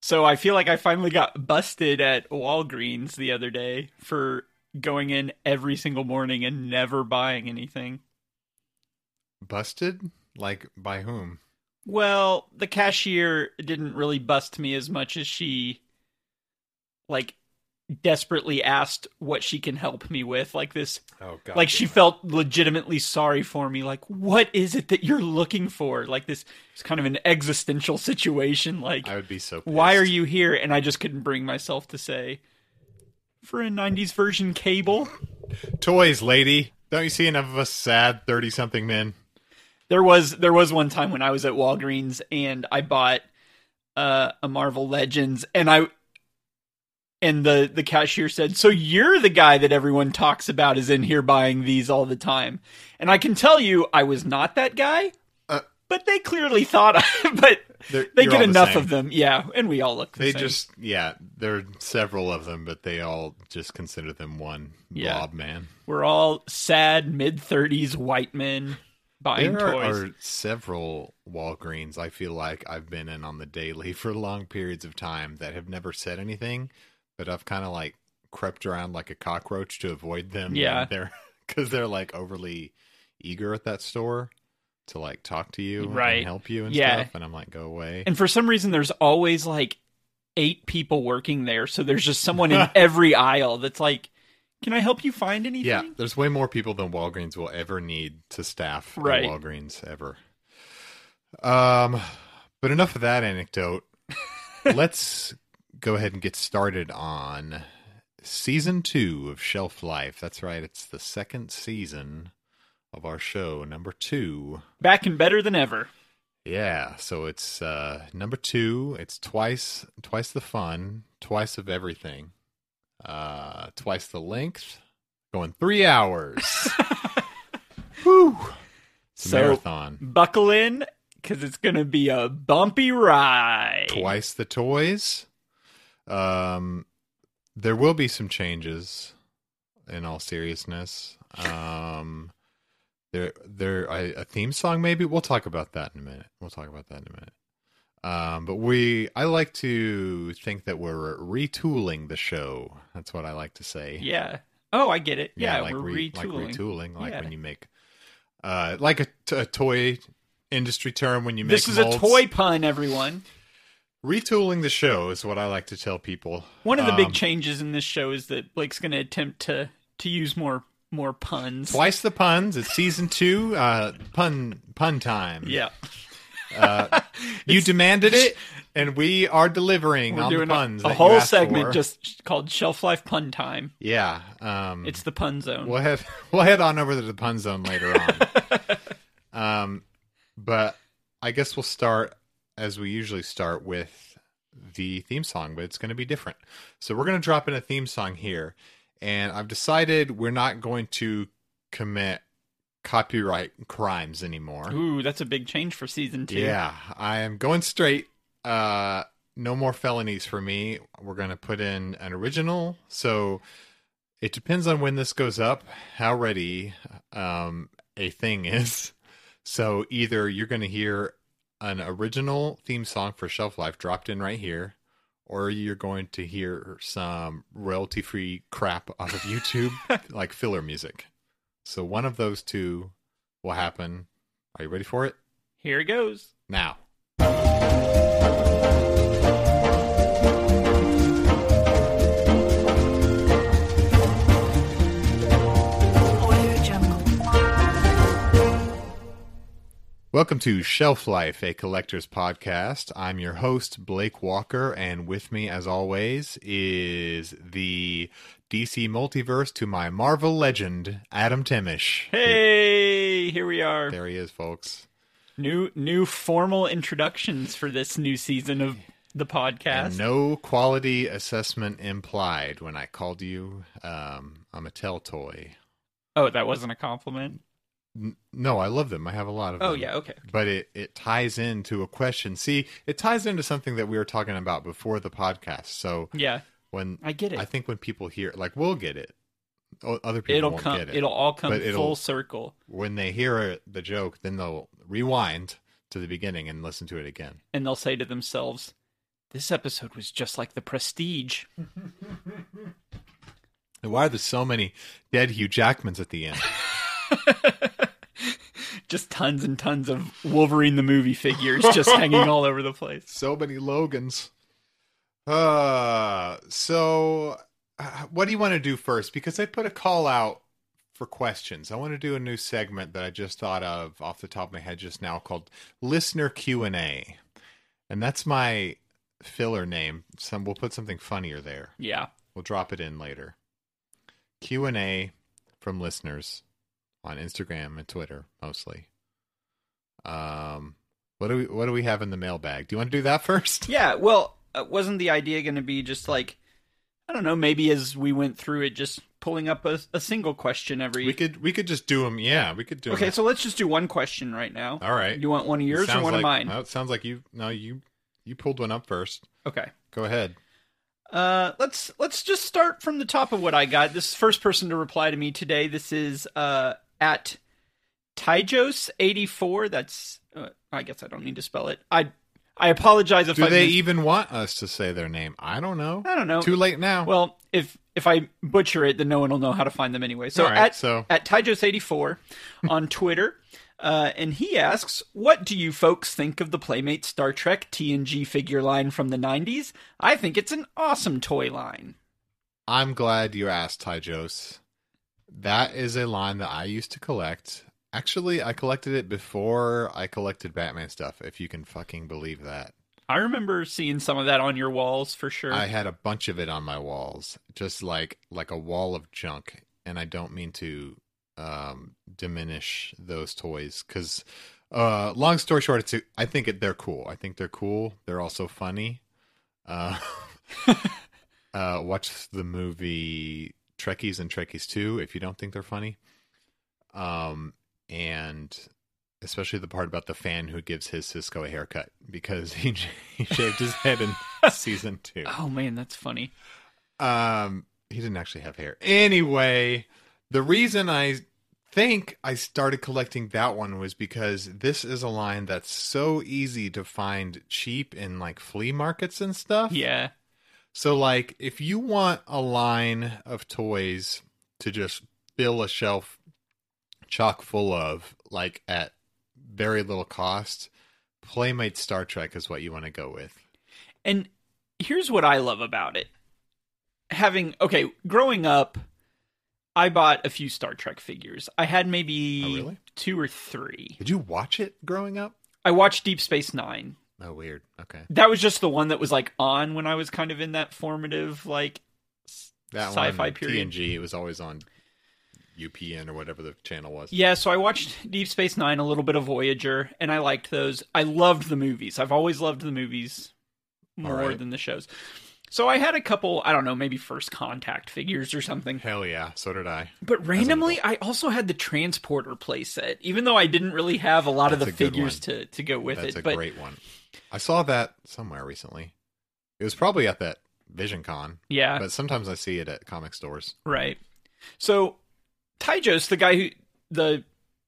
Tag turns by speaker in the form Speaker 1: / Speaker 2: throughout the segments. Speaker 1: So I feel like I finally got busted at Walgreens the other day for going in every single morning and never buying anything.
Speaker 2: Busted? Like by whom?
Speaker 1: Well, the cashier didn't really bust me as much as she like desperately asked what she can help me with like this
Speaker 2: Oh god.
Speaker 1: like she
Speaker 2: damn it.
Speaker 1: felt legitimately sorry for me like what is it that you're looking for like this it's kind of an existential situation like
Speaker 2: I would be so pissed.
Speaker 1: why are you here and i just couldn't bring myself to say for a 90s version cable
Speaker 2: toys, lady? Don't you see enough of us sad thirty something men?
Speaker 1: there was there was one time when i was at walgreens and i bought uh, a marvel legends and i and the the cashier said so you're the guy that everyone talks about is in here buying these all the time and i can tell you i was not that guy
Speaker 2: Uh.
Speaker 1: but they clearly thought I, but
Speaker 2: They're-
Speaker 1: they
Speaker 2: you're
Speaker 1: get
Speaker 2: all the
Speaker 1: enough
Speaker 2: same.
Speaker 1: of them yeah and we all look the
Speaker 2: They
Speaker 1: same.
Speaker 2: just yeah, there are several of them, but they all just consider them one
Speaker 1: Yeah.
Speaker 2: blob man.
Speaker 1: We're all sad mid thirties white men buying
Speaker 2: There
Speaker 1: toys.
Speaker 2: are several Walgreens I feel like I've been in on the daily for long periods of time that have never said anything, but I've kind of like crept around like a cockroach to avoid them.
Speaker 1: Yeah.
Speaker 2: They're because they're like overly eager at that store to like talk to you
Speaker 1: Right.
Speaker 2: and help you and
Speaker 1: Yeah.
Speaker 2: stuff. And I'm like, go away.
Speaker 1: and for some reason there's always like eight people working there, so there's just someone in every aisle that's like, Can I help you find anything?
Speaker 2: yeah, there's way more people than Walgreens will ever need to staff at
Speaker 1: Right.
Speaker 2: Walgreens ever. Um, but enough of that anecdote. Let's go ahead and get started on season two of Shelf Life. That's right, it's the second season of our show, number two.
Speaker 1: Back and better than ever.
Speaker 2: Yeah, so it's uh number 2. It's twice twice the fun, twice of everything. Uh twice the length, going 3 hours. Whew. It's a
Speaker 1: So-
Speaker 2: marathon.
Speaker 1: Buckle in, cause it's gonna be a bumpy ride.
Speaker 2: Twice the toys. Um there will be some changes in all seriousness. Um there there a, a theme song maybe we'll talk about that in a minute we'll talk about that in a minute um but we i like to think that we're retooling the show that's what i like to say
Speaker 1: Yeah. Oh, I get it. Yeah,
Speaker 2: like
Speaker 1: we're
Speaker 2: re- like
Speaker 1: retooling.
Speaker 2: retooling like
Speaker 1: Yeah.
Speaker 2: when you make uh like a, t- a toy industry term when you make
Speaker 1: This is
Speaker 2: molds.
Speaker 1: a toy pun, everyone.
Speaker 2: retooling the show is what i like to tell people
Speaker 1: One of the big
Speaker 2: Um,
Speaker 1: changes in this show is that Blake's going to attempt to to use more more puns.
Speaker 2: twice the puns it's season two uh pun pun time
Speaker 1: Yeah,
Speaker 2: Uh, you demanded it, and we are delivering
Speaker 1: we're
Speaker 2: on
Speaker 1: doing
Speaker 2: the
Speaker 1: a-
Speaker 2: puns.
Speaker 1: a,
Speaker 2: that you
Speaker 1: whole
Speaker 2: asked
Speaker 1: segment
Speaker 2: for.
Speaker 1: just called "Shelf Life Pun Time."
Speaker 2: yeah. Um,
Speaker 1: It's the pun zone.
Speaker 2: we'll head we'll head on over to the pun zone later on. um, but I guess we'll start as we usually start with the theme song, but it's going to be different. So we're going to drop in a theme song here, and I've decided we're not going to commit copyright crimes anymore.
Speaker 1: Ooh, that's a big change for season two.
Speaker 2: Yeah, I am going straight. Uh, no more felonies for me. We're going to put in an original. So it depends on when this goes up, how ready um, a thing is. So either you're going to hear an original theme song for Shelf Life dropped in right here, or you're going to hear some royalty free crap off of YouTube, like filler music. So one of those two will happen. Are you ready for it?
Speaker 1: here it goes.
Speaker 2: now.
Speaker 3: Audio Jungle.
Speaker 2: Welcome to Shelf Life, a collector's podcast. I'm your host, Blake Walker, and with me, as always, is the DC multiverse to my Marvel legend, Adam Temish.
Speaker 1: Hey, here we are.
Speaker 2: There he is, folks.
Speaker 1: New new formal introductions for this new season of the podcast.
Speaker 2: And no quality assessment implied when I called you um, a Mattel toy.
Speaker 1: oh, that wasn't a compliment.
Speaker 2: N- no, I love them. I have a lot of
Speaker 1: Oh
Speaker 2: them.
Speaker 1: yeah, okay.
Speaker 2: but it, it ties into a question. See, it ties into something that we were talking about before the podcast. So
Speaker 1: Yeah,
Speaker 2: when
Speaker 1: I get it.
Speaker 2: I think when people hear, like, we'll get it. O- Other people
Speaker 1: it'll
Speaker 2: won't
Speaker 1: come.
Speaker 2: get it.
Speaker 1: will all come
Speaker 2: But it'll-
Speaker 1: full circle,
Speaker 2: When they hear it, the joke, then they'll rewind to the beginning and listen to it again.
Speaker 1: and they'll say to themselves, This episode was just like The Prestige.
Speaker 2: Why are there so many dead Hugh Jackmans at the end?
Speaker 1: Just tons and tons of Wolverine the movie figures just hanging all over the place.
Speaker 2: so many Logans. Uh, so uh, what do you want to do first? Because I put a call out for questions. I want to do a new segment that I just thought of off the top of my head just now called Listener Q and A, and that's my filler name. Some we'll put something funnier there.
Speaker 1: Yeah.
Speaker 2: We'll drop it in later. Q and A from listeners on Instagram and Twitter mostly. Um, what do we what do we have in the mailbag? Do you want to do that first?
Speaker 1: Yeah, well, uh, wasn't the idea going to be just like I don't know, maybe as we went through it just pulling up a, a single question every
Speaker 2: We could we could just do them. Yeah, we could do. 'em.
Speaker 1: Okay, so let's just do one question right now.
Speaker 2: all right.
Speaker 1: Do you want one of
Speaker 2: It
Speaker 1: yours or
Speaker 2: sounds
Speaker 1: one
Speaker 2: like,
Speaker 1: of mine?
Speaker 2: No, it sounds like you. No, you you pulled one up first.
Speaker 1: Okay.
Speaker 2: Go ahead.
Speaker 1: Uh, let's let's just start from the top of what I got. This first person to reply to me today. This is uh, at Tyjos eighty four. That's uh, I guess I don't need to spell it. I I apologize if
Speaker 2: Do
Speaker 1: I
Speaker 2: they
Speaker 1: mis-
Speaker 2: even want us to say their name? I don't know.
Speaker 1: I don't know.
Speaker 2: Too late now.
Speaker 1: Well, if if I butcher it, then no one will know how to find them anyway. So
Speaker 2: All right,
Speaker 1: at
Speaker 2: so-
Speaker 1: at Tyjos84 on Twitter, uh, and he asks, "What do you folks think of the Playmate Star Trek TNG figure line from the '90s? I think it's an awesome toy line."
Speaker 2: I'm glad you asked, Tyjos. That is a line that I used to collect. Actually, I collected it before I collected Batman stuff, if you can fucking believe that.
Speaker 1: I remember seeing some of that on your walls for sure.
Speaker 2: I had a bunch of it on my walls, just like like a wall of junk, and I don't mean to um diminish those toys cuz uh long story short it's I think it, they're cool. I think they're cool. They're also funny. Uh uh watch the movie Trekkies and Trekkies 2 if you don't think they're funny. Um and especially the part about the fan who gives his Cisco a haircut because he, he shaved his head in season 2
Speaker 1: oh man, that's funny.
Speaker 2: um he didn't actually have hair anyway the reason i think i started collecting that one was because this is a line that's so easy to find cheap in like flea markets and stuff
Speaker 1: Yeah,
Speaker 2: so like if you want a line of toys to just fill a shelf chock full of like at very little cost playmate star trek is what you want to go with
Speaker 1: and here's what I love about it: having okay, growing up, I bought a few Star Trek figures. I had maybe
Speaker 2: Oh, really?
Speaker 1: two or three.
Speaker 2: did you watch it growing up
Speaker 1: I watched Deep Space Nine.
Speaker 2: oh weird okay
Speaker 1: That was just the one that was like on when I was kind of in that formative like.
Speaker 2: that
Speaker 1: sci-fi
Speaker 2: one,
Speaker 1: period.
Speaker 2: TNG. It was always on UPN or whatever the channel was.
Speaker 1: Yeah, so I watched Deep Space Nine, a little bit of Voyager, and I liked those. I loved the movies. I've always loved the movies more
Speaker 2: All right.
Speaker 1: than the shows. So I had a couple, I don't know, maybe first contact figures or something.
Speaker 2: Hell yeah, so did I.
Speaker 1: But randomly, I also had the transporter playset, even though I didn't really have a lot of
Speaker 2: That's
Speaker 1: the
Speaker 2: a good
Speaker 1: figures
Speaker 2: one.
Speaker 1: to, to go with
Speaker 2: That's
Speaker 1: it.
Speaker 2: a
Speaker 1: but
Speaker 2: great one. I saw that somewhere recently. It was probably at that Vision Con,
Speaker 1: yeah,
Speaker 2: but sometimes I see it at comic stores.
Speaker 1: right. So Tyjos, the guy who the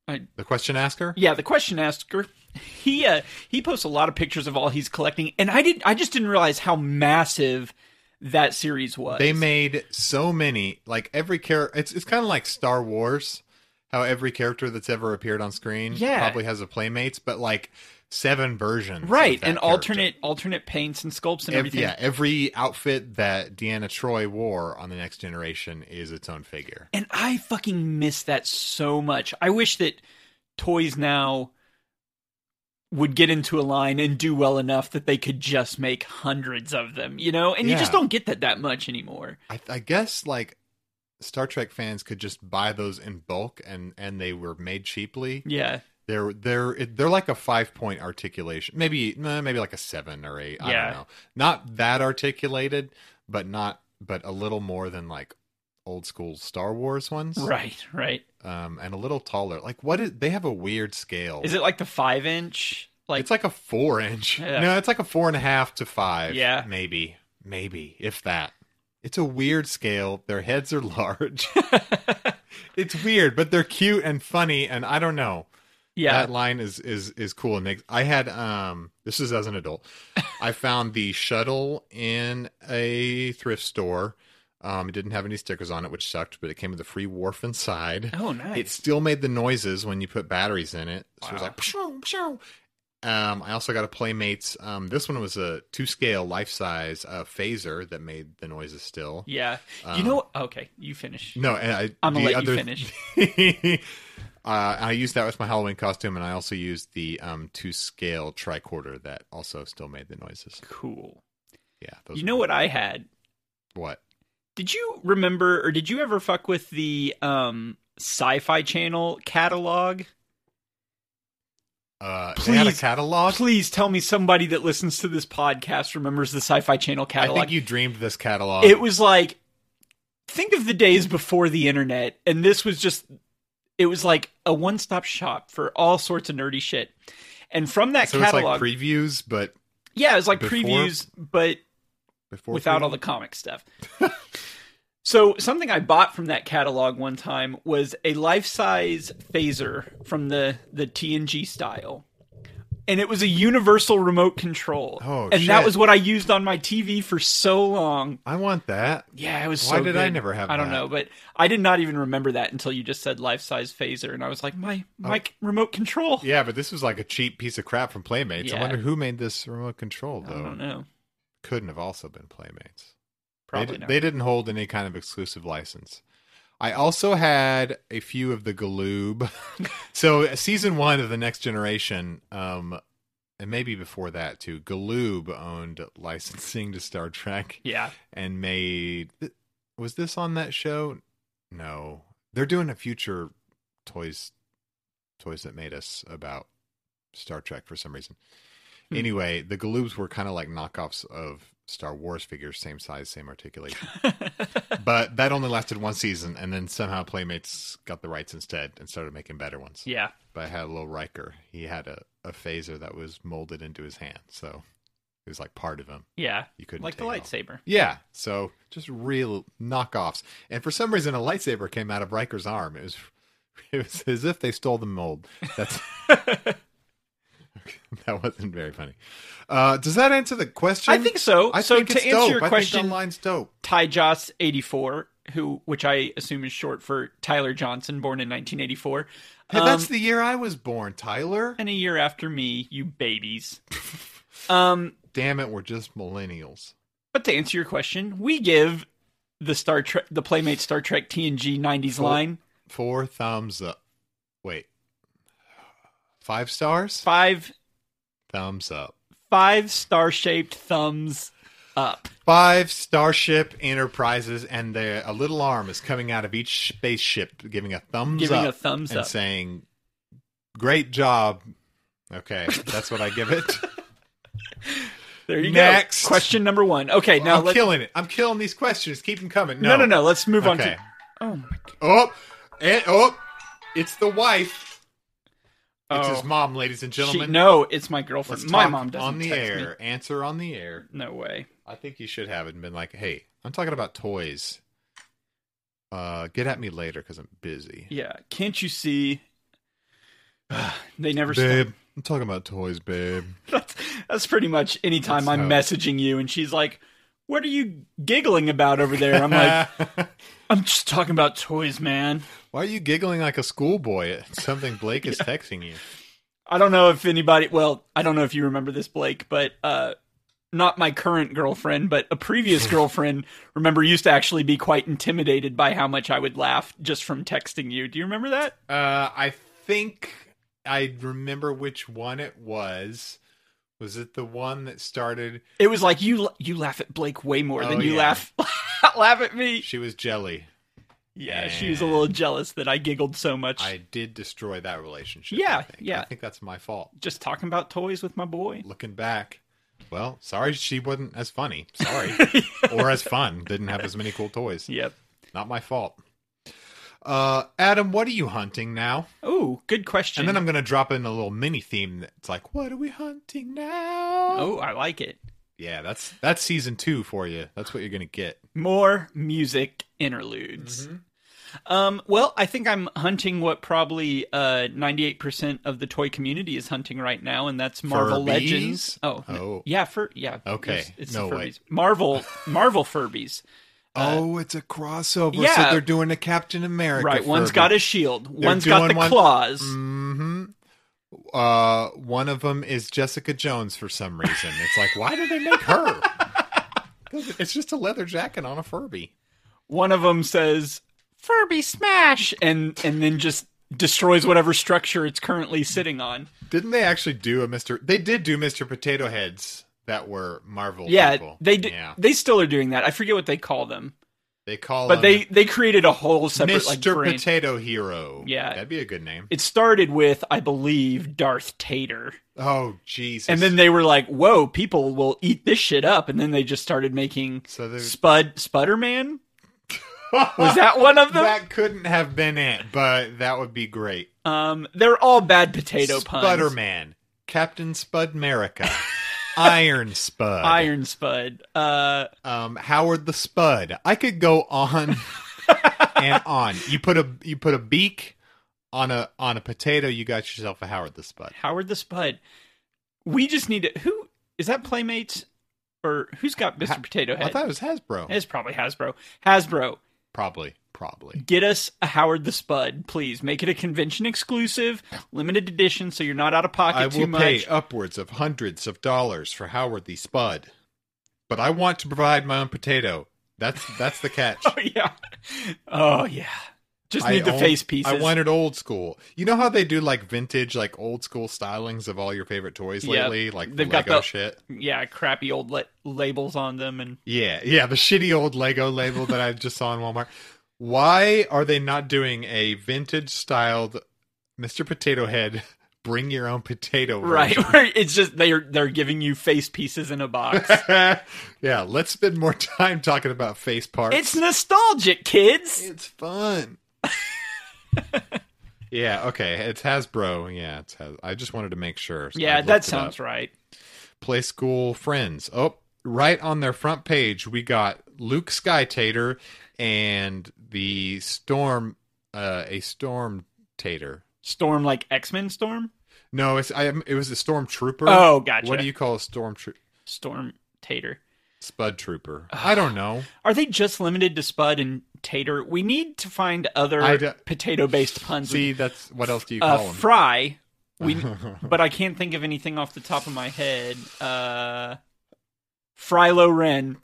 Speaker 2: The question asker?
Speaker 1: Yeah, the question asker. He uh, he posts a lot of pictures of all he's collecting, and I didn't. I just didn't realize how massive that series was.
Speaker 2: They made so many, like every character. It's it's kind of like Star Wars, how every character that's ever appeared on screen
Speaker 1: Yeah.
Speaker 2: probably has a playmates, but like seven versions, of
Speaker 1: right
Speaker 2: that
Speaker 1: and
Speaker 2: character.
Speaker 1: alternate alternate paints and sculpts and
Speaker 2: Ev-
Speaker 1: everything.
Speaker 2: yeah, every outfit that Deanna Troy wore on the Next Generation is its own figure.
Speaker 1: And I fucking miss that so much. I wish that toys now would get into a line and do well enough that they could just make hundreds of them, you know? And you just
Speaker 2: Yeah.
Speaker 1: don't get that that much anymore.
Speaker 2: I, I guess like Star Trek fans could just buy those in bulk, and and they were made cheaply.
Speaker 1: Yeah.
Speaker 2: They're they're it- they're like a five point articulation, maybe nah, maybe like a seven or eight. I
Speaker 1: Yeah.
Speaker 2: don't know. Not that articulated, but not but a little more than like old school Star Wars ones,
Speaker 1: Right, right.
Speaker 2: Um, and a little taller. Like what is? They have a weird scale.
Speaker 1: Is it like the 5 inch? Like
Speaker 2: it's like a four inch.
Speaker 1: Yeah.
Speaker 2: No, it's like a four and a half to five.
Speaker 1: Yeah.
Speaker 2: Maybe. Maybe, if that. It's a weird scale. Their heads are large. it's weird, but they're cute and funny, and I don't know.
Speaker 1: Yeah.
Speaker 2: that line is is is cool and they, i had um this is as an adult i found the shuttle in a thrift store um it didn't have any stickers on it which sucked but it came with a free wharf inside
Speaker 1: oh, nice.
Speaker 2: it still made the noises when you put batteries in it so it was
Speaker 1: Wow.
Speaker 2: like pshoo, pshoo. um i also got a playmates um this one was a two scale life size uh phaser that made the noises still
Speaker 1: yeah. you
Speaker 2: Um,
Speaker 1: know. Okay, you finish.
Speaker 2: no, and I,
Speaker 1: I'm gonna
Speaker 2: the
Speaker 1: let you
Speaker 2: other-
Speaker 1: finish.
Speaker 2: uh, I used that with my Halloween costume, and I also used the um, two scale tricorder that also still made the noises.
Speaker 1: Cool.
Speaker 2: Yeah, those
Speaker 1: You know what I had?
Speaker 2: What?
Speaker 1: Did you remember, or did you ever fuck with the um, Sci-Fi Channel catalog?
Speaker 2: Uh, they had a
Speaker 1: Please-
Speaker 2: catalog.
Speaker 1: Oh, Please tell me somebody that listens to this podcast remembers the Sci-Fi Channel catalog.
Speaker 2: I think you dreamed this catalog.
Speaker 1: it was like think of the days before the internet and this was just it was like a one-stop shop for all sorts of nerdy shit and from that
Speaker 2: so it's
Speaker 1: catalog
Speaker 2: like previews, but
Speaker 1: yeah it was like
Speaker 2: before-
Speaker 1: previews but
Speaker 2: before
Speaker 1: without all the comic stuff so something i bought from that catalog one time was a life-size phaser from the the tng style and it was a universal remote control
Speaker 2: Oh,
Speaker 1: and that
Speaker 2: shit.
Speaker 1: was what i used on my tv for so long
Speaker 2: I want that.
Speaker 1: yeah, it was.
Speaker 2: Why
Speaker 1: so
Speaker 2: did I
Speaker 1: good.
Speaker 2: never have
Speaker 1: I don't
Speaker 2: that?
Speaker 1: know, but I did not even remember that until you just said life size phaser, and I was like, my my c- remote control.
Speaker 2: Oh. Yeah, but this was like a cheap piece of crap from Playmates. I
Speaker 1: Yeah.
Speaker 2: wonder who made this remote control
Speaker 1: I don't
Speaker 2: though.
Speaker 1: know.
Speaker 2: Couldn't have also been Playmates. They,
Speaker 1: Probably
Speaker 2: di-
Speaker 1: not.
Speaker 2: they didn't hold any kind of exclusive license. I also had a few of the Galoob. so uh, season one of the Next Generation, um, and maybe before that too, Galoob owned licensing to Star Trek
Speaker 1: yeah,
Speaker 2: and made. Was this on that show? No, they're doing a future toys, toys that made us about Star Trek for some reason.
Speaker 1: Hmm.
Speaker 2: Anyway, the Galoobs were kind of like knockoffs of Star Wars figures, same size, same articulation but that only lasted one season, and then somehow Playmates got the rights instead and started making better ones.
Speaker 1: yeah.
Speaker 2: But I had a little Riker. He had a, a phaser that was molded into his hand, so it was like part of him.
Speaker 1: Yeah,
Speaker 2: You couldn't
Speaker 1: like the
Speaker 2: take it off.
Speaker 1: lightsaber.
Speaker 2: Yeah, so just real knockoffs. And for some reason, a lightsaber came out of Riker's arm. It was it was as if they stole the mold. That's that wasn't very funny. Uh, does that answer the question?
Speaker 1: I think so.
Speaker 2: I
Speaker 1: so
Speaker 2: think
Speaker 1: to
Speaker 2: it's
Speaker 1: answer
Speaker 2: dope.
Speaker 1: your
Speaker 2: I
Speaker 1: question,
Speaker 2: think that line's dope.
Speaker 1: Ty Joss eighty four, who which I assume is short for Tyler Johnson, born in nineteen eighty four.
Speaker 2: Hey, that's
Speaker 1: um,
Speaker 2: the year I was born, Tyler.
Speaker 1: and a year after me, you babies. um,
Speaker 2: damn it, we're just millennials.
Speaker 1: But to answer your question, we give the Star Trek, the Playmate Star Trek TNG 90s
Speaker 2: Cool.
Speaker 1: line
Speaker 2: Four thumbs up. Wait. Five stars?
Speaker 1: five
Speaker 2: Thumbs up.
Speaker 1: five star shaped thumbs up.
Speaker 2: Five Starship Enterprises, and the, a little arm is coming out of each spaceship, giving a thumbs
Speaker 1: Giving
Speaker 2: up
Speaker 1: a thumbs
Speaker 2: and
Speaker 1: up.
Speaker 2: saying, "Great job." Okay, that's what I give it.
Speaker 1: There you
Speaker 2: Next.
Speaker 1: go. Question number one. Okay, now
Speaker 2: I'm
Speaker 1: let's
Speaker 2: killing it. I'm killing these questions. Keep them coming.
Speaker 1: no. no no Let's move on
Speaker 2: Okay.
Speaker 1: to oh my god.
Speaker 2: Oh, and, oh, it's the wife. It's
Speaker 1: Oh.
Speaker 2: his mom, ladies and
Speaker 1: She,
Speaker 2: gentlemen.
Speaker 1: no, it's my
Speaker 2: Let's
Speaker 1: girlfriend. My
Speaker 2: talk
Speaker 1: mom doesn't
Speaker 2: on the
Speaker 1: text
Speaker 2: air.
Speaker 1: me.
Speaker 2: Answer on the air.
Speaker 1: No way.
Speaker 2: I think you should have it and been like, "Hey, I'm talking about toys. Uh, get at me later because I'm busy,
Speaker 1: Yeah. Can't you see? they never stop.
Speaker 2: babe. I'm talking about toys, babe.
Speaker 1: That's, that's pretty much any time
Speaker 2: That's
Speaker 1: I'm
Speaker 2: how-
Speaker 1: messaging you, and she's like, "What are you giggling about over there?" I'm like, "I'm just talking about toys, man."
Speaker 2: why are you giggling like a schoolboy at something Blake is texting you?
Speaker 1: I don't know if anybody. Well, I don't know if you remember this, Blake, but uh, not my current girlfriend, but a previous girlfriend. Remember, used to actually be quite intimidated by how much I would laugh just from texting you. Do you remember that?
Speaker 2: Uh, I think I remember which one it was. Was it the one that started?
Speaker 1: It was like you you laugh at Blake way more than
Speaker 2: Oh,
Speaker 1: you
Speaker 2: yeah.
Speaker 1: laugh laugh at me.
Speaker 2: She was jelly.
Speaker 1: Yeah, she was a little jealous that I giggled so much.
Speaker 2: I did destroy that relationship. I
Speaker 1: Yeah,
Speaker 2: think.
Speaker 1: yeah.
Speaker 2: I think that's my fault.
Speaker 1: Just talking about toys with my boy.
Speaker 2: looking back, well, sorry she wasn't as funny. Sorry. or as fun. Didn't have as many cool toys.
Speaker 1: Yep.
Speaker 2: Not my fault. Uh, Adam, what are you hunting now?
Speaker 1: Oh, good question.
Speaker 2: And then I'm going to drop in a little mini theme that's like, what are we hunting now?
Speaker 1: oh, I like it.
Speaker 2: Yeah, that's that's season two for you. That's what you're going to get.
Speaker 1: More music interludes.
Speaker 2: Mm-hmm.
Speaker 1: Um, well, I think I'm hunting what probably uh, 98% of the toy community is hunting right now, and that's Marvel
Speaker 2: Furbies?
Speaker 1: Legends. Oh,
Speaker 2: Oh.
Speaker 1: yeah, fur. Yeah,
Speaker 2: Okay.
Speaker 1: It's, it's
Speaker 2: No
Speaker 1: the
Speaker 2: way.
Speaker 1: Furbies. Marvel, Marvel Furbies.
Speaker 2: oh, it's a crossover.
Speaker 1: Uh, yeah.
Speaker 2: So they're doing a Captain America.
Speaker 1: Right, one's
Speaker 2: Furby.
Speaker 1: got a shield. one's
Speaker 2: doing
Speaker 1: got the
Speaker 2: one-
Speaker 1: claws.
Speaker 2: Mhm. Uh, one of them is Jessica Jones for some reason. It's like, why did they make her? It's just a leather jacket on a Furby.
Speaker 1: One of them says Furby smash, and and then just destroys whatever structure it's currently sitting on.
Speaker 2: Didn't they actually do a Mr. They did do Mr. Potato Heads that were Marvel
Speaker 1: Yeah,
Speaker 2: people.
Speaker 1: they do,
Speaker 2: Yeah.
Speaker 1: they still are doing that. I forget what they call them,
Speaker 2: They call
Speaker 1: but
Speaker 2: them
Speaker 1: they they created a whole separate
Speaker 2: Mr.
Speaker 1: like brand.
Speaker 2: Potato Hero.
Speaker 1: Yeah.
Speaker 2: That'd be a good name.
Speaker 1: it started with, I believe, Darth Tater.
Speaker 2: Oh, Jesus.
Speaker 1: And then they were like, whoa, people will eat this shit up. And then they just started making
Speaker 2: So they-
Speaker 1: Spud Sputterman. Was that one of them?
Speaker 2: that couldn't have been it, but that would be great.
Speaker 1: Um, they're all bad potato puns.
Speaker 2: Sputterman, Captain Spud America, Iron Spud,
Speaker 1: Iron Spud. Uh,
Speaker 2: um, Howard the Spud. I could go on and on. You put a you put a beak on a on a potato. You got yourself a Howard the Spud.
Speaker 1: Howard the Spud. We just need to. Who is that? Playmates or who's got Mr.
Speaker 2: Ha-
Speaker 1: potato
Speaker 2: I
Speaker 1: Head?
Speaker 2: thought it was Hasbro.
Speaker 1: It's probably Hasbro. Hasbro,
Speaker 2: probably, probably.
Speaker 1: get us a Howard the Spud, please. Make it a convention exclusive, limited edition, so you're not out of pocket
Speaker 2: I
Speaker 1: too
Speaker 2: will
Speaker 1: much.
Speaker 2: pay upwards of hundreds of dollars for Howard the Spud, but I want to provide my own potato. That's that's the catch.
Speaker 1: Oh yeah. Oh yeah. Just
Speaker 2: I
Speaker 1: need the
Speaker 2: own-
Speaker 1: face pieces.
Speaker 2: I wanted old school. You know how they do like vintage, like old school stylings of all your favorite toys
Speaker 1: Yeah,
Speaker 2: lately, like the
Speaker 1: they've got
Speaker 2: Lego
Speaker 1: the-
Speaker 2: shit.
Speaker 1: yeah, crappy old la- labels on them, and
Speaker 2: Yeah, yeah, the shitty old Lego label that I just saw in Walmart. Why are they not doing a vintage styled Mr. Potato Head? Bring your own potato.
Speaker 1: right,
Speaker 2: version?
Speaker 1: where it's just they're they're giving you face pieces in a box.
Speaker 2: yeah, let's spend more time talking about face parts.
Speaker 1: it's nostalgic, kids.
Speaker 2: It's fun. yeah, okay. It's Hasbro. Yeah, it's Has- I just wanted to make sure. so I
Speaker 1: Yeah,
Speaker 2: looked
Speaker 1: that
Speaker 2: it up.
Speaker 1: sounds right.
Speaker 2: Play School Friends. Oh, right on their front page, we got Luke Skytater and the Storm, uh, a Storm Tater.
Speaker 1: Storm like X Men Storm,
Speaker 2: No, it's I, it was a Stormtrooper.
Speaker 1: Oh, gotcha.
Speaker 2: What do you call a Stormtrooper?
Speaker 1: Storm Tater.
Speaker 2: Spud Trooper. I don't know.
Speaker 1: Are they just limited to Spud and Tater? We need to find
Speaker 2: I
Speaker 1: other
Speaker 2: don't-
Speaker 1: potato based puns.
Speaker 2: See, that's what else do you
Speaker 1: uh,
Speaker 2: call them?
Speaker 1: fry. We, but I can't think of anything off the top of my head. Uh, Frilo Ren.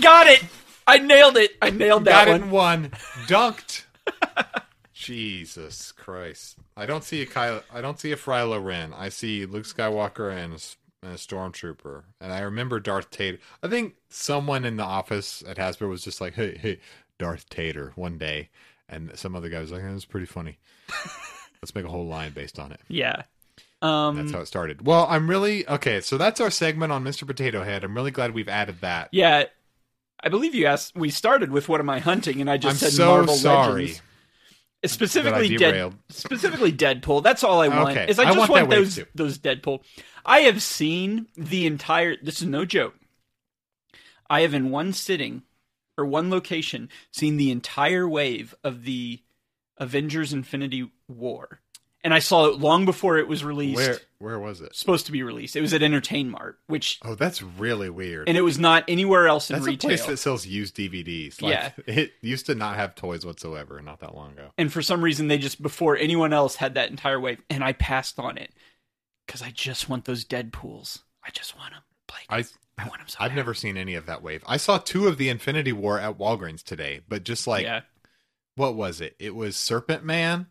Speaker 1: Got it. I nailed it. I nailed that
Speaker 2: Got it
Speaker 1: one.
Speaker 2: in one. Dunked. Jesus Christ! I don't see a Kylo. I don't see a Frilo Ren. I see Luke Skywalker and a, s- and a stormtrooper. And I remember Darth Tater. I think someone in the office at Hasbro was just like, "Hey, hey, Darth Tater." One day, and some other guy was like, "That's pretty funny. Let's make a whole line based on it."
Speaker 1: Yeah. Um,
Speaker 2: That's how it started. Well, I'm really okay. So that's our segment on Mr. Potato Head. I'm really glad we've added that.
Speaker 1: yeah. I believe you asked. We started with what am I hunting, and I just
Speaker 2: I'm
Speaker 1: said
Speaker 2: so
Speaker 1: Marvel
Speaker 2: sorry.
Speaker 1: Legends. Specifically,
Speaker 2: that I
Speaker 1: Dead,
Speaker 2: derailed.
Speaker 1: specifically Deadpool. That's all I want.
Speaker 2: Okay.
Speaker 1: Is I
Speaker 2: I
Speaker 1: just
Speaker 2: want
Speaker 1: want,
Speaker 2: that wave
Speaker 1: those
Speaker 2: too.
Speaker 1: those Deadpool. I have seen the entire. This is no joke. I have in one sitting or one location seen the entire wave of the Avengers Infinity War, and I saw it long before it was released.
Speaker 2: Where where was it?
Speaker 1: Supposed to be released. It was at Entertain Mart, which
Speaker 2: Oh, that's really weird.
Speaker 1: and it was not anywhere else in
Speaker 2: That's
Speaker 1: retail.
Speaker 2: a place that sells used DVDs. Like,
Speaker 1: Yeah.
Speaker 2: it used to not have toys whatsoever, not that long ago.
Speaker 1: and for some reason, they just before anyone else had that entire wave, and I passed on it because I just want those Deadpool's. I just want them. Blake, I,
Speaker 2: I
Speaker 1: want them so
Speaker 2: I've
Speaker 1: bad.
Speaker 2: never seen any of that wave. I saw two of the Infinity War at Walgreens today, but just like
Speaker 1: yeah,
Speaker 2: what was it? It was Serpent Man,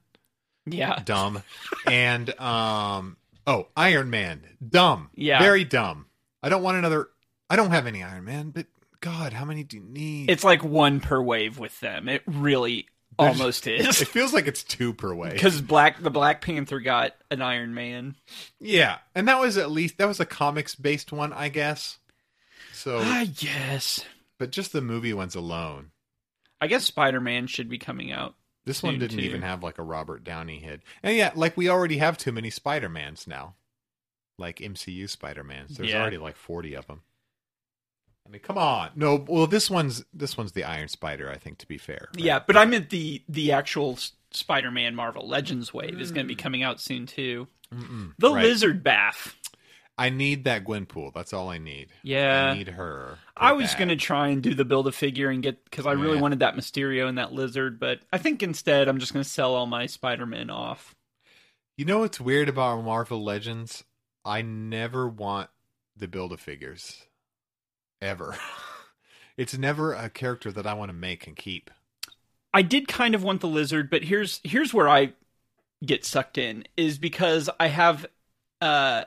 Speaker 1: yeah,
Speaker 2: dumb, and um oh Iron Man, dumb,
Speaker 1: Yeah.
Speaker 2: very dumb. I don't want another. I don't have any Iron Man, but God, how many do you need?
Speaker 1: it's like one per wave with them. It really
Speaker 2: There's-
Speaker 1: almost
Speaker 2: it
Speaker 1: is
Speaker 2: feels like it's two per wave.
Speaker 1: because Black the Black Panther got an Iron Man.
Speaker 2: Yeah, and that was at least that was a comics based one, I guess. So
Speaker 1: I guess.
Speaker 2: But just the movie ones alone.
Speaker 1: I guess Spider Man should be coming out.
Speaker 2: This one
Speaker 1: Soon,
Speaker 2: didn't
Speaker 1: too.
Speaker 2: even have like a Robert Downey hit. And yeah, like we already have too many Spider-Mans now. Like MCU Spider-Mans. There's
Speaker 1: Yeah.
Speaker 2: already like 40 of them. I mean, come on. No, well, this one's this one's the Iron Spider. I think to be fair. right?
Speaker 1: Yeah, but I meant the the actual S- Spider-Man Marvel Legends wave is going to be coming out soon too.
Speaker 2: Mm-mm.
Speaker 1: The
Speaker 2: Mm. Right.
Speaker 1: lizard bath.
Speaker 2: I need that Gwenpool. That's all I need.
Speaker 1: Yeah.
Speaker 2: I need her.
Speaker 1: I was
Speaker 2: bad.
Speaker 1: going to try and do the build a figure and get because I really
Speaker 2: Yeah.
Speaker 1: wanted that Mysterio and that lizard, but I think instead I'm just going to sell all my Spider-Man off.
Speaker 2: You know what's weird about Marvel Legends? I never want the build a figures. Ever. it's never a character that I want to make and keep.
Speaker 1: I did kind of want the lizard, but here's here's where I get sucked in is because I have uh,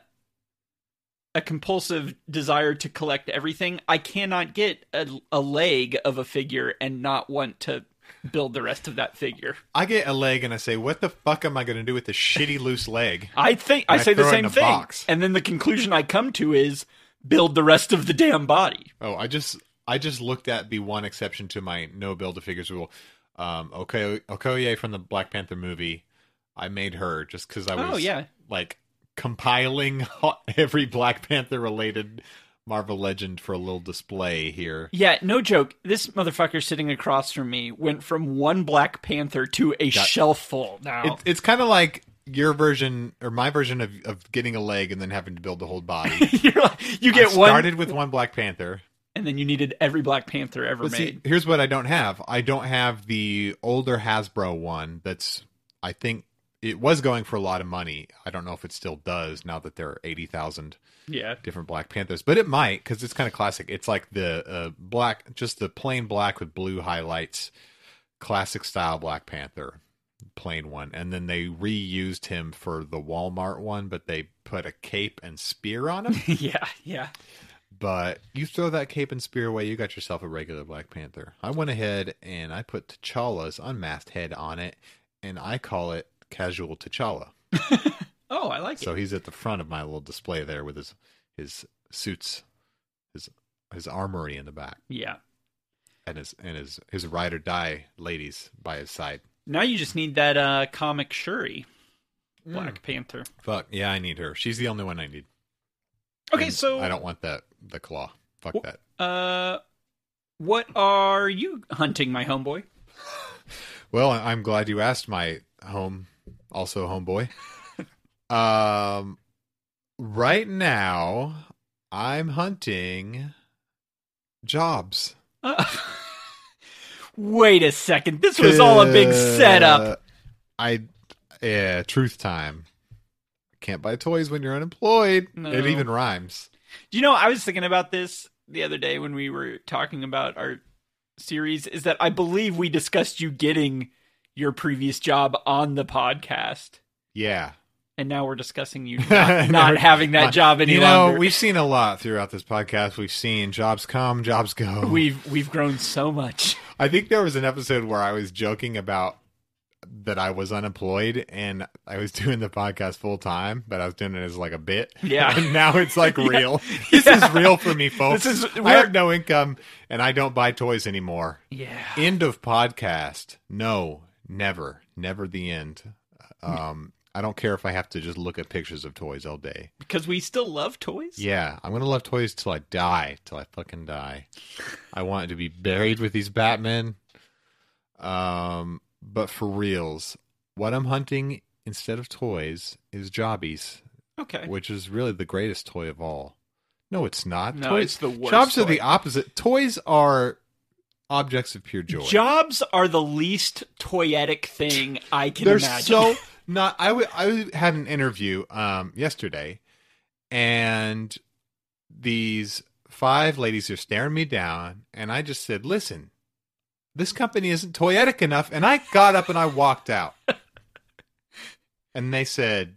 Speaker 1: a compulsive desire to collect everything. I cannot get a, a leg of a figure and not want to build the rest of that figure.
Speaker 2: I get a leg and I say, "What the fuck am I going to do with this shitty loose leg?"
Speaker 1: I think I
Speaker 2: I
Speaker 1: say the
Speaker 2: throw it in
Speaker 1: same
Speaker 2: a
Speaker 1: thing,
Speaker 2: box.
Speaker 1: and then the conclusion I come to is build the rest of the damn body.
Speaker 2: Oh, I just I just looked at the one exception to my no build a figures rule. Um, okay, Okoye from the Black Panther movie. I made her just because I was
Speaker 1: Oh yeah,
Speaker 2: like compiling every Black Panther related Marvel legend for a little display here.
Speaker 1: yeah. No joke. This motherfucker sitting across from me went from one Black Panther to a
Speaker 2: Got-
Speaker 1: shelf full now.
Speaker 2: It, it's kind of like your version or my version of, of getting a leg and then having to build the whole body.
Speaker 1: You're like, you get
Speaker 2: I
Speaker 1: one
Speaker 2: started with one Black Panther.
Speaker 1: and then you needed every Black Panther ever
Speaker 2: But see,
Speaker 1: made.
Speaker 2: here's what I don't have. I don't have the older Hasbro one that's I think it was going for a lot of money. I don't know if it still does now that there are 80,000
Speaker 1: Yeah.
Speaker 2: different Black Panthers, but it might cuz it's kind of classic. It's like the uh, black just the plain black with blue highlights classic style Black Panther plain one. And then they reused him for the Walmart one, but they put a cape and spear on him.
Speaker 1: yeah, yeah.
Speaker 2: But you throw that cape and spear away, you got yourself a regular Black Panther. I went ahead and I put T'Challa's unmasked head on it, and I call it Casual T'Challa.
Speaker 1: Oh, I like
Speaker 2: So he's at the front of my little display there with his his suits, his his armory in the back,
Speaker 1: it. Yeah.
Speaker 2: and his and his his ride or die ladies by his side.
Speaker 1: Now you just need that uh comic Shuri,
Speaker 2: Hmm.
Speaker 1: Mm. Black Panther.
Speaker 2: Fuck yeah, I need her. She's the only one I need.
Speaker 1: Okay,
Speaker 2: And
Speaker 1: so
Speaker 2: I don't want that the claw. Fuck
Speaker 1: Wh-
Speaker 2: that.
Speaker 1: uh what are you hunting, my homeboy?
Speaker 2: Well, I- I'm glad you asked my home, also homeboy. um, right now, I'm hunting jobs.
Speaker 1: Uh, wait a second. This was all a big setup.
Speaker 2: Uh, I, yeah, truth time. Can't buy toys when you're unemployed.
Speaker 1: No.
Speaker 2: It even rhymes.
Speaker 1: Do you know I was thinking about this the other day when we were talking about our series is that I believe we discussed you getting your previous job on the podcast.
Speaker 2: Yeah.
Speaker 1: and now we're discussing you
Speaker 2: Never-
Speaker 1: not, not having that job any
Speaker 2: you know,
Speaker 1: longer.
Speaker 2: we've seen a lot throughout this podcast. We've seen jobs come, jobs go.
Speaker 1: we've we've grown so much.
Speaker 2: I think there was an episode where I was joking about that I was unemployed and I was doing the podcast full time, but I was doing it as like a bit.
Speaker 1: Yeah.
Speaker 2: and now it's like
Speaker 1: Yeah.
Speaker 2: real. This
Speaker 1: Yeah.
Speaker 2: is real for me, folks.
Speaker 1: This is-
Speaker 2: I
Speaker 1: we're-
Speaker 2: have no income and I don't buy toys anymore.
Speaker 1: Yeah.
Speaker 2: End of podcast. No, never, never the end. Um, I don't care if I have to just look at pictures of toys all day.
Speaker 1: Because we still love toys.
Speaker 2: Yeah, I'm gonna love toys till I die, till I fucking die. I want to be buried with these Batman. Um, but for reals, what I'm hunting instead of toys is jobbies,
Speaker 1: Okay.
Speaker 2: which is really the greatest toy of all. No, it's not.
Speaker 1: No,
Speaker 2: toys,
Speaker 1: it's the worst.
Speaker 2: jobs are
Speaker 1: toy.
Speaker 2: the opposite. Toys are objects of pure joy.
Speaker 1: Jobs are the least toyetic thing I can
Speaker 2: They're
Speaker 1: imagine.
Speaker 2: so not. I w- I had an interview um yesterday, and these five ladies are staring me down, and I just said, "Listen, this company isn't toyetic enough," and I got up and I walked out. and they said,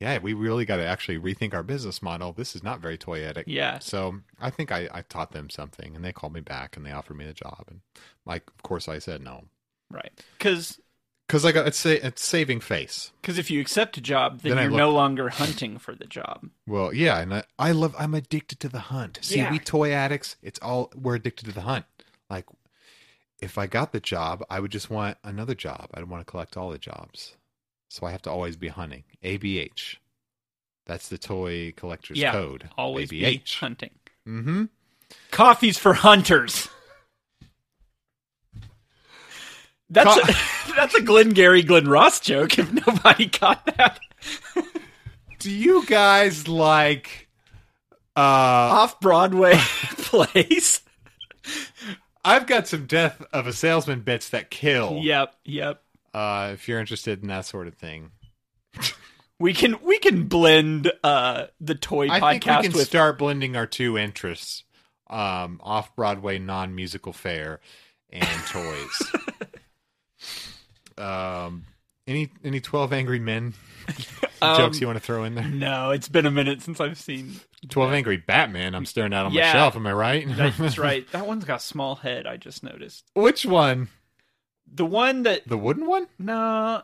Speaker 2: "Yeah, we really got to actually rethink our business model. This is not very toyetic."
Speaker 1: yeah.
Speaker 2: So I think I, I taught them something, and they called me back and they offered me the job, and like of course I said no
Speaker 1: Right. Because
Speaker 2: because I got it's, sa- it's saving face.
Speaker 1: if you accept a job, then,
Speaker 2: Then I
Speaker 1: you're
Speaker 2: look-
Speaker 1: no longer hunting for the job.
Speaker 2: Well, yeah, and I, I love. I'm addicted to the hunt. See,
Speaker 1: Yeah.
Speaker 2: we toy addicts. It's all we're addicted to the hunt. Like, if I got the job, I would just want another job. I'd want to collect all the jobs. So I have to always be hunting. ABH. That's the toy collector's
Speaker 1: Yeah.
Speaker 2: code.
Speaker 1: Always be
Speaker 2: ABH.
Speaker 1: hunting.
Speaker 2: Mm-hmm.
Speaker 1: coffee's for hunters. That's a, that's a Glengarry Glen Ross joke. If nobody got that,
Speaker 2: Do you guys like uh
Speaker 1: off Broadway plays.
Speaker 2: I've got some death of a salesman bits that kill.
Speaker 1: Yep, yep.
Speaker 2: Uh if you're interested in that sort of thing.
Speaker 1: We can we can blend uh the toy
Speaker 2: I think we
Speaker 1: podcast
Speaker 2: can
Speaker 1: with
Speaker 2: start blending our two interests. Um off Broadway non musical fair and toys. um any any twelve angry men
Speaker 1: um,
Speaker 2: jokes you want to throw in there?
Speaker 1: No, it's been a minute since I've seen.
Speaker 2: Twelve Angry Batman. I'm staring out on
Speaker 1: Yeah.
Speaker 2: my shelf. Am I right?
Speaker 1: That's right. That one's got a small head. I just noticed
Speaker 2: Which one?
Speaker 1: the one that
Speaker 2: The wooden one?
Speaker 1: no,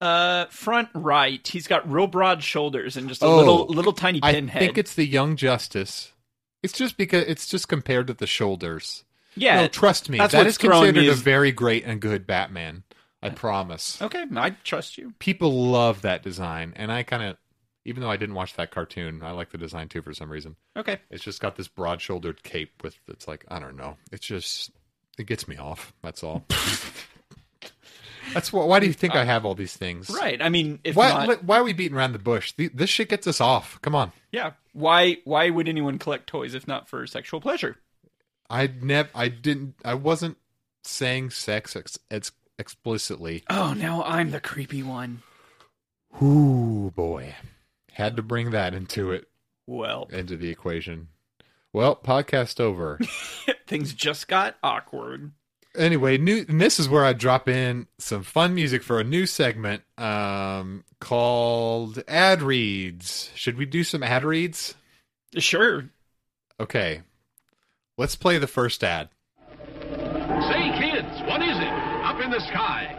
Speaker 1: uh, front right. He's got real broad shoulders and just a
Speaker 2: Oh.
Speaker 1: little little tiny
Speaker 2: I
Speaker 1: pinhead.
Speaker 2: think it's the Young Justice. It's just because it's just compared to the shoulders.
Speaker 1: yeah.
Speaker 2: no, trust me,
Speaker 1: that's
Speaker 2: that
Speaker 1: what's
Speaker 2: is
Speaker 1: throwing
Speaker 2: considered
Speaker 1: me
Speaker 2: a
Speaker 1: is-
Speaker 2: very great and good Batman. I promise.
Speaker 1: okay, I trust you.
Speaker 2: People love that design, and I kind of, even though I didn't watch that cartoon, I like the design too for some reason.
Speaker 1: Okay,
Speaker 2: It's just got this broad-shouldered cape with. It's like I don't know. It's just it gets me off. That's all. that's what. Why do you think I have all these things?
Speaker 1: Uh, right. I mean, if
Speaker 2: Why,
Speaker 1: not,
Speaker 2: li- why are we beating around the bush? The- This shit gets us off. Come on.
Speaker 1: yeah. Why why would anyone collect toys if not for sexual pleasure?
Speaker 2: I never. I didn't. I wasn't saying sex ex- ex- explicitly.
Speaker 1: Oh, now I'm the creepy one.
Speaker 2: Ooh boy, had to bring that into it
Speaker 1: Well,
Speaker 2: into the equation. Well, podcast over.
Speaker 1: things just got awkward.
Speaker 2: anyway, new. And this is where I drop in some fun music for a new segment um, called ad reads. Should we do some ad reads?
Speaker 1: Sure.
Speaker 2: Okay, let's play the first ad.
Speaker 4: Say, kids, what is it up in the sky?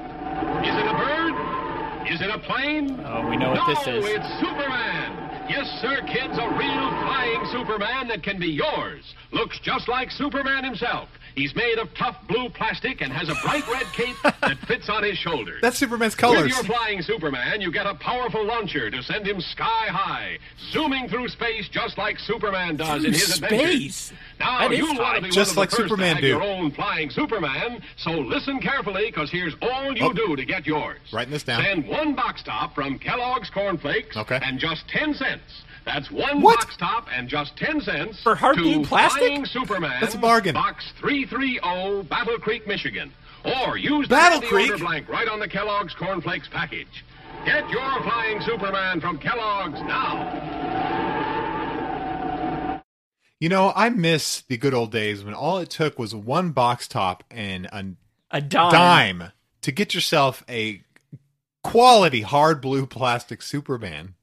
Speaker 4: Is it a bird? Is it a plane?
Speaker 1: Oh, we know what
Speaker 4: no,
Speaker 1: this is.
Speaker 4: it's Superman. Yes, sir, kids, a real flying Superman that can be yours. Looks just like Superman himself. He's made of tough blue plastic and has a bright red cape that fits on his shoulders.
Speaker 2: That's Superman's
Speaker 4: With
Speaker 2: colors.
Speaker 4: your flying Superman, you get a powerful launcher to send him sky high, zooming through space just like Superman does in his adventures.
Speaker 1: space.
Speaker 4: Now
Speaker 1: That is
Speaker 4: you want
Speaker 1: high.
Speaker 4: to be
Speaker 2: Just
Speaker 4: one
Speaker 2: like
Speaker 4: of the first
Speaker 2: Superman
Speaker 4: to have
Speaker 2: do.
Speaker 4: your own flying Superman. So listen carefully, because here's all you
Speaker 2: Oh.
Speaker 4: do to get yours.
Speaker 2: Writing this down.
Speaker 4: Send one box top from Kellogg's Cornflakes,
Speaker 2: Okay.
Speaker 4: and just ten cents. That's one
Speaker 2: What?
Speaker 4: box top and just ten cents
Speaker 1: For hard
Speaker 4: to
Speaker 1: blue plastic?
Speaker 4: Flying Superman.
Speaker 2: That's a bargain.
Speaker 4: Box three three zero, Battle Creek, Michigan. Or use
Speaker 2: Battle
Speaker 4: the
Speaker 2: Creek?
Speaker 4: order blank right on the Kellogg's Cornflakes package. Get your flying Superman from Kellogg's now.
Speaker 2: You know, I miss the good old days when all it took was one box top and a
Speaker 1: A dime.
Speaker 2: dime to get yourself a quality hard blue plastic Superman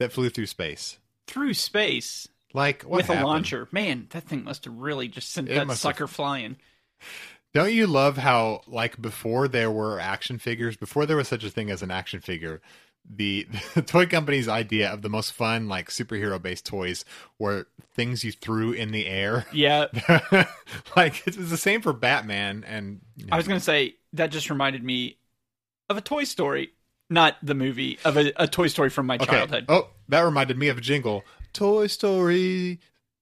Speaker 2: that flew through space.
Speaker 1: through space
Speaker 2: Like what
Speaker 1: with
Speaker 2: happened?
Speaker 1: a launcher. Man, that thing must have really just sent
Speaker 2: It
Speaker 1: that
Speaker 2: must
Speaker 1: sucker flying.
Speaker 2: Don't you love how like before there were action figures, before there was such a thing as an action figure, the, the toy company's idea of the most fun like superhero based toys were things you threw in the air.
Speaker 1: Yeah,
Speaker 2: like it's the same for Batman and
Speaker 1: I was gonna say that just reminded me of a Toy Story, not the movie, of a, a Toy Story from my childhood.
Speaker 2: Oh, that reminded me of a jingle. Toy Story,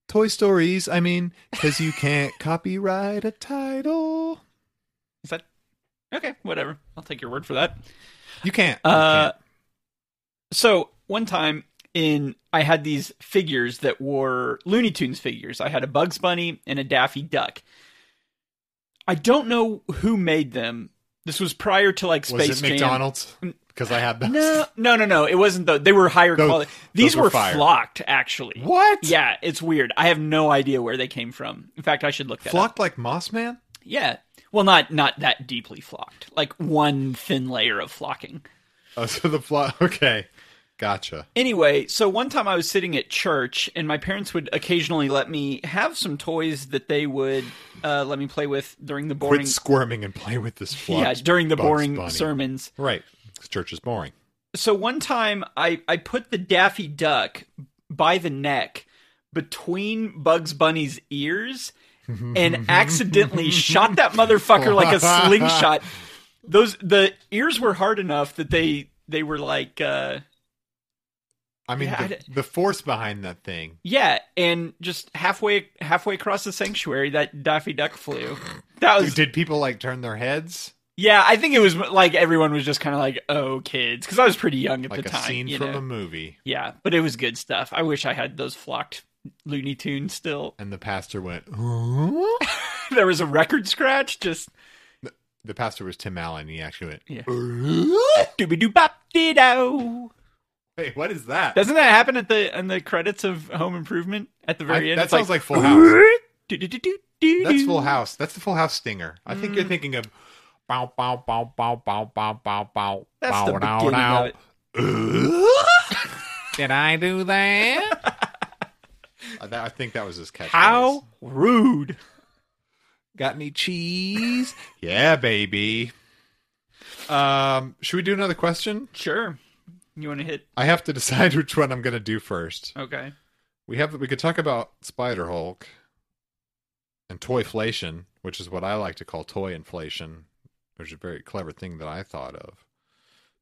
Speaker 2: Toy Stories. I mean, because you can't copyright a title.
Speaker 1: Is that okay? Whatever, I'll take your word for that.
Speaker 2: You can't.
Speaker 1: Uh, So one time in I had these figures that were Looney Tunes figures. I had a Bugs Bunny and a Daffy Duck. I don't know who made them. This was prior to like
Speaker 2: you can't.
Speaker 1: Space
Speaker 2: was
Speaker 1: Jam.
Speaker 2: it
Speaker 1: Mm.
Speaker 2: McDonald's? Because I had those.
Speaker 1: No, no, no, no. It wasn't though. They were higher
Speaker 2: Those-
Speaker 1: quality. These
Speaker 2: those were
Speaker 1: were
Speaker 2: fire.
Speaker 1: flocked, actually.
Speaker 2: What?
Speaker 1: Yeah, it's weird. I have no idea where they came from. In fact, I should look that up.
Speaker 2: Flocked like Moss Man.
Speaker 1: Yeah. Well, not not that deeply flocked. Like one thin layer of flocking.
Speaker 2: Oh, so the flock. Okay, gotcha.
Speaker 1: Anyway, so one time I was sitting at church, and my parents would occasionally let me have some toys that they would uh, let me play with during the boring.
Speaker 2: Quit squirming and play with this flock.
Speaker 1: yeah, during the
Speaker 2: Bugs
Speaker 1: boring
Speaker 2: Bunny.
Speaker 1: sermons.
Speaker 2: Right. 'Cause Church is boring.
Speaker 1: so one time I, I put the Daffy Duck by the neck between Bugs Bunny's ears and accidentally shot that motherfucker like a slingshot. Those the ears were hard enough that they they were like uh
Speaker 2: I mean,
Speaker 1: Yeah, I
Speaker 2: the,
Speaker 1: d-
Speaker 2: the force behind that thing.
Speaker 1: Yeah, and just halfway halfway across the sanctuary, that Daffy Duck flew. That was
Speaker 2: Did people like turn their heads?
Speaker 1: yeah. I think it was like everyone was just kind of like, "Oh, kids," because I was pretty young at
Speaker 2: Like
Speaker 1: the
Speaker 2: a
Speaker 1: time.
Speaker 2: scene
Speaker 1: you
Speaker 2: from
Speaker 1: know?
Speaker 2: a movie.
Speaker 1: yeah, but it was good stuff. I wish I had those flocked Looney Tunes still.
Speaker 2: And the pastor went, "Huh?"
Speaker 1: there was a record scratch, just
Speaker 2: The pastor was Tim Allen. He actually went,
Speaker 1: Yeah.
Speaker 2: "Huh?"
Speaker 1: doobie doo bop dee do.
Speaker 2: Wait, what is that?
Speaker 1: Doesn't that happen at the in the credits of Home Improvement at the very
Speaker 2: I-
Speaker 1: end?
Speaker 2: that
Speaker 1: It's
Speaker 2: sounds like Full House.
Speaker 1: "Do-do-do-do-do-do."
Speaker 2: That's Full House. That's the Full House stinger. I think
Speaker 1: Mm.
Speaker 2: you're thinking of bow, bow, bow, bow, bow, bow, bow, bow,
Speaker 1: That's
Speaker 2: bow,
Speaker 1: the
Speaker 2: now,
Speaker 1: beginning
Speaker 2: now.
Speaker 1: of it.
Speaker 2: Did I do that? Uh, that- I think that was his catchphrase.
Speaker 1: How rude!
Speaker 2: Got any cheese? yeah, baby. Um, should we do another question?
Speaker 1: Sure, you want to hit?
Speaker 2: I have to decide which one I'm going to do first.
Speaker 1: Okay.
Speaker 2: We have we could talk about Spider Hulk and toyflation, which is what I like to call toy inflation, which is a very clever thing that I thought of.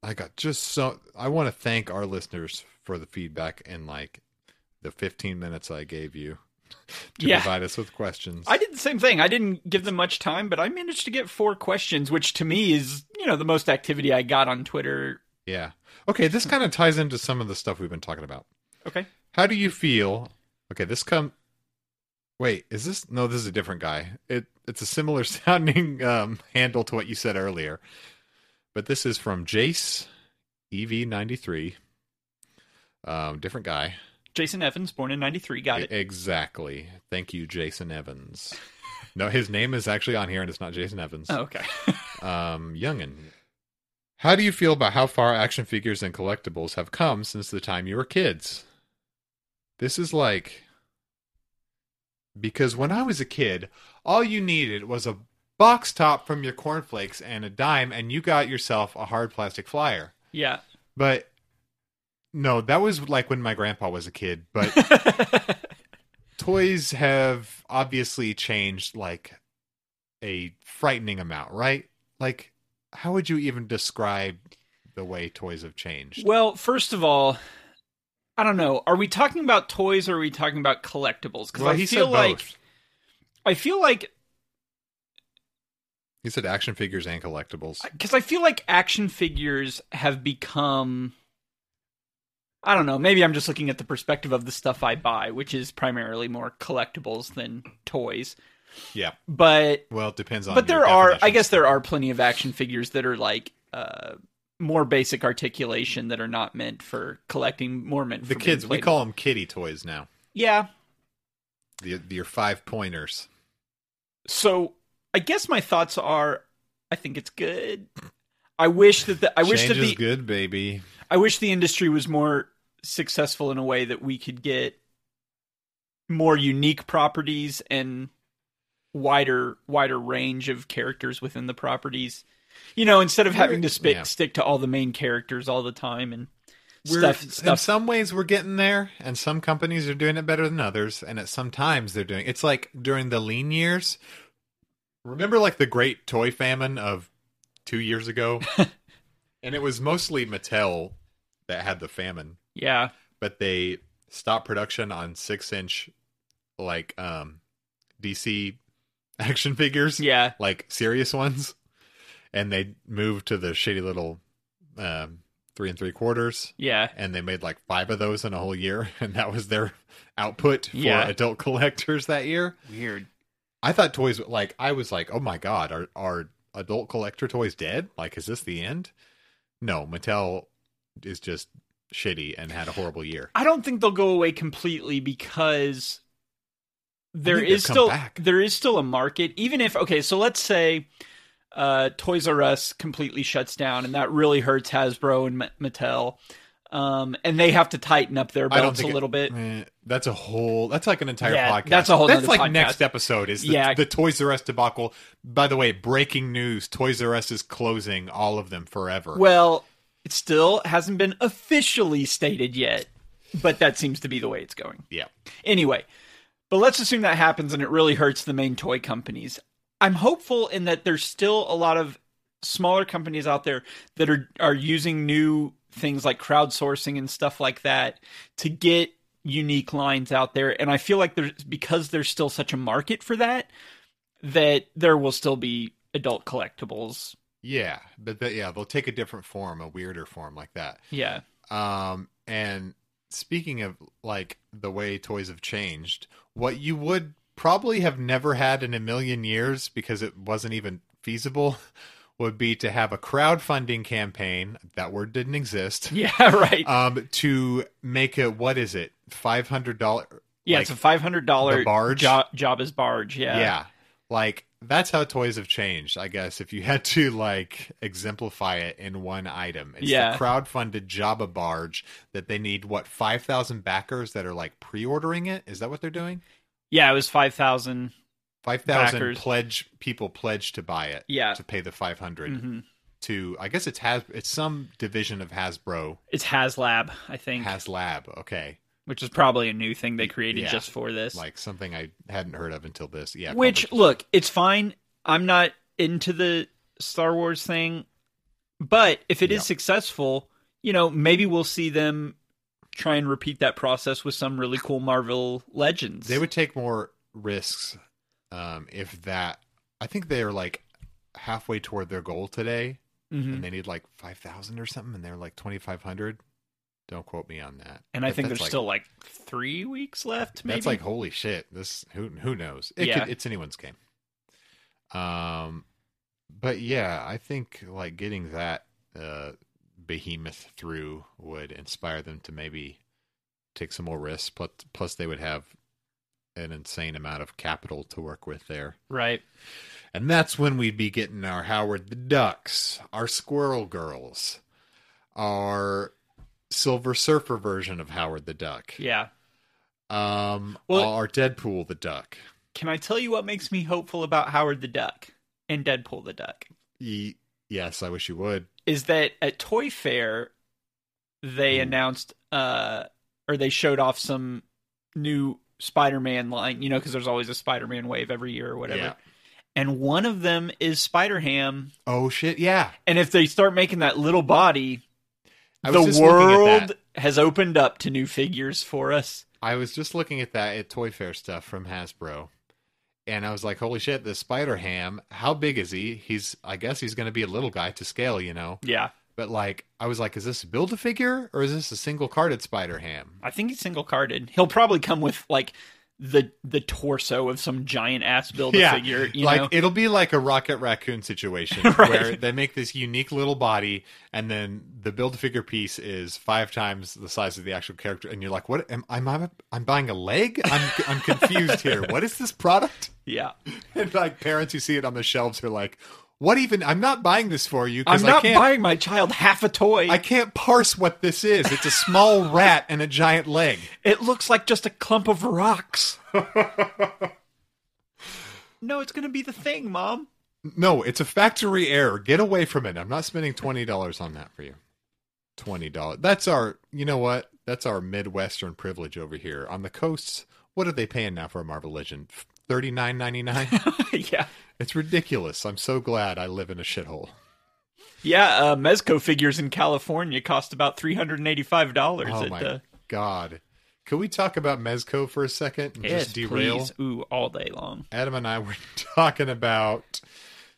Speaker 2: I got just so I want to thank our listeners for the feedback and like the 15 minutes I gave you to
Speaker 1: Yeah.
Speaker 2: provide us with questions.
Speaker 1: I did the same thing. I didn't give them much time, but I managed to get four questions, which to me is, you know, the most activity I got on Twitter.
Speaker 2: yeah. Okay, this kind of ties into some of the stuff we've been talking about.
Speaker 1: Okay.
Speaker 2: How do you feel? Okay, this come. Wait, is this no? This is a different guy. It it's a similar sounding um, handle to what you said earlier, but this is from Jace EV ninety three. Um, different guy.
Speaker 1: Jason Evans, born in 93, got it.
Speaker 2: Exactly. Thank you, Jason Evans. no, his name is actually on here, and it's not Jason Evans
Speaker 1: Oh, okay.
Speaker 2: um, Youngin. How do you feel about how far action figures and collectibles have come since the time you were kids? This is like because when I was a kid, all you needed was a box top from your cornflakes and a dime, and you got yourself a hard plastic flyer.
Speaker 1: yeah.
Speaker 2: But no, that was like when my grandpa was a kid. But toys have obviously changed like a frightening amount, right? Like, how would you even describe the way toys have changed?
Speaker 1: Well, first of all, I don't know. Are we talking about toys or are we talking about collectibles? Because I feel like I feel like
Speaker 2: He said action figures and collectibles.
Speaker 1: because I feel like action figures have become. I don't know. Maybe I'm just looking at the perspective of the stuff I buy, which is primarily more collectibles than toys.
Speaker 2: yeah.
Speaker 1: But
Speaker 2: Well, it depends on.
Speaker 1: but
Speaker 2: your
Speaker 1: there are, I
Speaker 2: definition.
Speaker 1: guess, there are plenty of action figures that are like uh, more basic articulation that are not meant for collecting, more meant for
Speaker 2: the
Speaker 1: being
Speaker 2: kids. We
Speaker 1: played
Speaker 2: call them kitty toys now.
Speaker 1: Yeah.
Speaker 2: The, the your five pointers.
Speaker 1: So I guess my thoughts are, I think it's good. I wish that the I wish
Speaker 2: Change
Speaker 1: that
Speaker 2: is
Speaker 1: the
Speaker 2: good, baby.
Speaker 1: I wish the industry was more successful in a way that we could get more unique properties and wider wider range of characters within the properties. You know, instead of having to spi-
Speaker 2: Yeah.
Speaker 1: stick to all the main characters all the time and
Speaker 2: We're,
Speaker 1: stuff
Speaker 2: In
Speaker 1: stuff.
Speaker 2: some ways, we're getting there, and some companies are doing it better than others, and at some times they're doing. It's like during the lean years. Remember, like the great toy famine of two years ago, and it was mostly Mattel that had the famine,
Speaker 1: yeah.
Speaker 2: but they stopped production on six-inch, like um, DC action figures,
Speaker 1: Yeah.
Speaker 2: like serious ones, and they moved to the shitty little um, three and three quarters
Speaker 1: Yeah.
Speaker 2: and they made like five of those in a whole year, and that was their output for
Speaker 1: Yeah.
Speaker 2: adult collectors that year.
Speaker 1: Weird.
Speaker 2: I thought toys were- like I was like, oh my god, are are adult collector toys dead? Like, is this the end? No, Mattel is just shitty and had a horrible year.
Speaker 1: I don't think they'll go away completely because there
Speaker 2: think they'll
Speaker 1: is
Speaker 2: come
Speaker 1: still
Speaker 2: back.
Speaker 1: there is still a market. Even if okay, so let's say uh, Toys R Us completely shuts down, and that really hurts Hasbro and Ma- Mattel, um, and they have to tighten up their
Speaker 2: I don't
Speaker 1: belts a
Speaker 2: think it-
Speaker 1: little bit.
Speaker 2: Eh, that's a whole. That's like an entire
Speaker 1: Yeah,
Speaker 2: podcast.
Speaker 1: that's a whole
Speaker 2: That's
Speaker 1: nother
Speaker 2: like
Speaker 1: podcast.
Speaker 2: next episode is the,
Speaker 1: Yeah.
Speaker 2: the Toys R Us debacle. By the way, breaking news: Toys R Us is closing all of them forever.
Speaker 1: Well, it still hasn't been officially stated yet, but that seems to be the way it's going.
Speaker 2: yeah,
Speaker 1: Anyway, but let's assume that happens and it really hurts the main toy companies. I'm hopeful in that there's still a lot of smaller companies out there that are are using new things like crowdsourcing and stuff like that to get unique lines out there. And I feel like there's because there's still such a market for that that there will still be adult collectibles.
Speaker 2: Yeah, but the, yeah, they'll take a different form, a weirder form like that.
Speaker 1: Yeah.
Speaker 2: Um, and speaking of like the way toys have changed, what you would probably have never had in a million years because it wasn't even feasible would be to have a crowdfunding campaign. That word didn't exist.
Speaker 1: Yeah, right.
Speaker 2: Um, to make a what is it? Five hundred dollar.
Speaker 1: yeah, it's a $500
Speaker 2: the barge?
Speaker 1: Jo- job as barge. Yeah.
Speaker 2: yeah like that's how toys have changed i guess if you had to like exemplify it in one item it's
Speaker 1: Yeah.
Speaker 2: the crowdfunded jabba barge that they need what 5000 backers that are like pre-ordering it is that what they're doing
Speaker 1: Yeah, it was 5,000.
Speaker 2: 5000
Speaker 1: Backers.
Speaker 2: pledge people pledge to buy it
Speaker 1: Yeah.
Speaker 2: to pay the 500
Speaker 1: Mhm.
Speaker 2: to i guess it's has it's some division of hasbro
Speaker 1: It's HasLab, I think,
Speaker 2: haslab okay
Speaker 1: which is probably a new thing they created
Speaker 2: Yeah.
Speaker 1: just for this.
Speaker 2: like something i hadn't heard of until this yeah
Speaker 1: Which
Speaker 2: probably.
Speaker 1: look, it's fine. I'm not into the Star Wars thing, but if it is
Speaker 2: Yeah.
Speaker 1: successful, you know, maybe we'll see them try and repeat that process with some really cool Marvel Legends.
Speaker 2: They would take more risks um, if that. I think they are like halfway toward their goal today,
Speaker 1: Mhm.
Speaker 2: and they need like five thousand or something, and they're like twenty five hundred. Don't quote me on that.
Speaker 1: and I
Speaker 2: But
Speaker 1: think
Speaker 2: that's,
Speaker 1: there's still like three weeks left. Maybe
Speaker 2: that's like holy shit. This who who knows? It
Speaker 1: Yeah.
Speaker 2: could, it's anyone's game. Um, but yeah, I think like getting that uh, behemoth through would inspire them to maybe take some more risks. Plus, plus they would have an insane amount of capital to work with there.
Speaker 1: right.
Speaker 2: And that's when we'd be getting our Howard the Ducks, our Squirrel Girls, our Silver Surfer version of Howard the Duck,
Speaker 1: Yeah.
Speaker 2: um,
Speaker 1: Well-
Speaker 2: our Deadpool the Duck.
Speaker 1: Can I tell you what makes me hopeful about Howard the Duck and Deadpool the Duck?
Speaker 2: Ye- yes, I wish you would.
Speaker 1: is that at Toy Fair they
Speaker 2: Hmm.
Speaker 1: announced uh or they showed off some new Spider-Man line, you know, because there's always a Spider-Man wave every year or whatever.
Speaker 2: Yeah.
Speaker 1: And one of them is Spider-Ham,
Speaker 2: Oh shit, yeah.
Speaker 1: and if they start making that little body,
Speaker 2: I was
Speaker 1: the
Speaker 2: just looking at
Speaker 1: world
Speaker 2: that.
Speaker 1: has opened up to new figures for us.
Speaker 2: I was just looking at that at Toy Fair stuff from Hasbro. And I was like, holy shit, this Spider Ham, how big is he? He's, I guess he's going to be a little guy to scale, you know?
Speaker 1: Yeah.
Speaker 2: But like, I was like, is this build a figure or is this a single carded Spider Ham?
Speaker 1: I think he's single carded. He'll probably come with like the the torso of some giant ass build a figure, you
Speaker 2: like
Speaker 1: know.
Speaker 2: it'll be like a Rocket Raccoon situation
Speaker 1: Right.
Speaker 2: where they make this unique little body, and then the build figure piece is five times the size of the actual character, and you're like, "What? Am I'm I'm, I'm buying a leg? I'm I'm confused here. What is this product?"
Speaker 1: yeah.
Speaker 2: And like parents who see it on the shelves are like, "What even? I'm not buying this for you. 'cause
Speaker 1: I'm not
Speaker 2: I can't,
Speaker 1: buying my child half a toy.
Speaker 2: I can't parse what this is. It's a small rat and a giant leg."
Speaker 1: It looks like just a clump of rocks. no, it's going to be the thing, Mom.
Speaker 2: No, it's a factory error. Get away from it. I'm not spending twenty dollars on that for you. Twenty dollars. That's our. You know what? That's our midwestern privilege over here on the coasts. What are they paying now for a Marvel Legend? Thirty nine ninety nine.
Speaker 1: yeah.
Speaker 2: it's ridiculous. I'm so glad I live in a shithole.
Speaker 1: Yeah, uh, Mezco figures in California cost about $385
Speaker 2: Oh
Speaker 1: at
Speaker 2: my
Speaker 1: uh,
Speaker 2: god. Could we talk about Mezco for a second and
Speaker 1: yes,
Speaker 2: just derail?
Speaker 1: please. Ooh, all day long.
Speaker 2: Adam and I were talking about.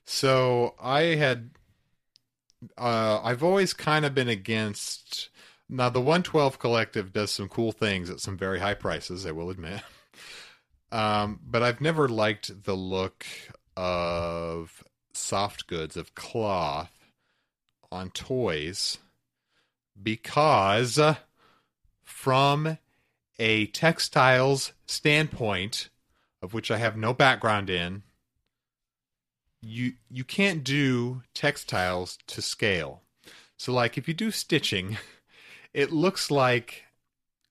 Speaker 2: So I had, uh, I've always kind of been against. Now the 112 Collective does some cool things at some very high prices, I will admit. Um, but I've never liked the look of soft goods of cloth on toys because uh, from a textiles standpoint of which I have no background in, you you can't do textiles to scale. So like if you do stitching, it looks like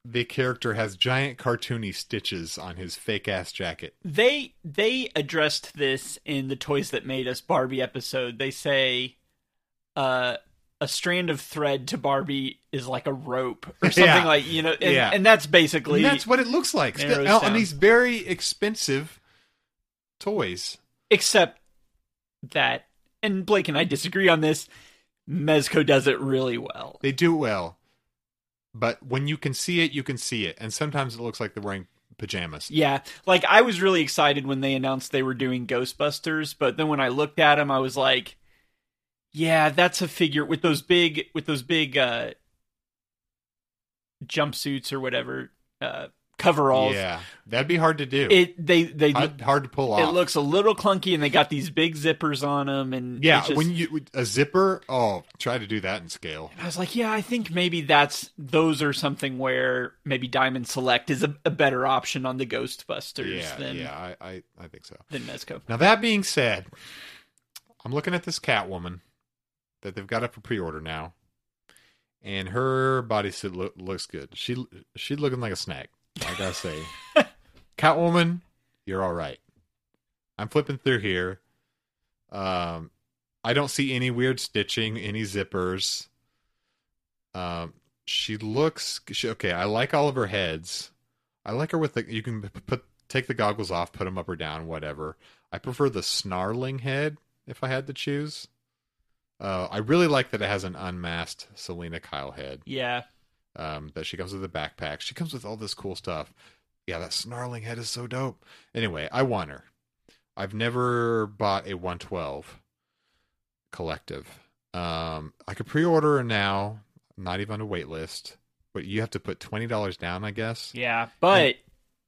Speaker 2: the character has giant cartoony stitches on his fake ass jacket.
Speaker 1: They they addressed this in the Toys That Made Us Barbie episode. They say uh, a strand of thread to Barbie is like a rope or something
Speaker 2: Yeah.
Speaker 1: like, you know, and,
Speaker 2: Yeah.
Speaker 1: and that's basically
Speaker 2: And that's what it looks like.
Speaker 1: narrows
Speaker 2: Now, on
Speaker 1: down.
Speaker 2: these very expensive toys.
Speaker 1: except that and Blake and I disagree on this. Mezco does it really well.
Speaker 2: They do it well, but when you can see it, you can see it, and sometimes it looks like they're wearing pajamas.
Speaker 1: Yeah, like I was really excited when they announced they were doing Ghostbusters, but then when I looked at him, I was like, "Yeah, that's a figure with those big with those big uh, jumpsuits or whatever uh, coveralls.
Speaker 2: Yeah, that'd be hard to do.
Speaker 1: It they they
Speaker 2: hard, hard to pull off.
Speaker 1: it looks a little clunky, and they got these big zippers on them, and
Speaker 2: yeah.
Speaker 1: it's just-
Speaker 2: when you a zipper, oh, try to do that in scale.
Speaker 1: I was like, yeah, I think maybe that's those are something where maybe Diamond Select is a, a better option on the Ghostbusters
Speaker 2: Yeah,
Speaker 1: than
Speaker 2: yeah, I, I, I think so.
Speaker 1: than Mezco.
Speaker 2: Now that being said, I'm looking at this Catwoman that they've got up for pre-order now, and her bodysuit lo- looks good. She she's looking like a snack. I gotta say, Catwoman, you're all right. I'm flipping through here. Um, I don't see any weird stitching, any zippers. Um, she looks she, okay. I like all of her heads. I like her with the. You can p- put take the goggles off, put them up or down, whatever. I prefer the snarling head if I had to choose. Uh, I really like that it has an unmasked Selena Kyle head.
Speaker 1: Yeah,
Speaker 2: Um, that she comes with a backpack. She comes with all this cool stuff. Yeah, that snarling head is so dope. Anyway, I want her. I've never bought a 112 collective. Um, I could pre-order her now, not even on a wait list. But you have to put twenty dollars down, I guess.
Speaker 1: yeah, but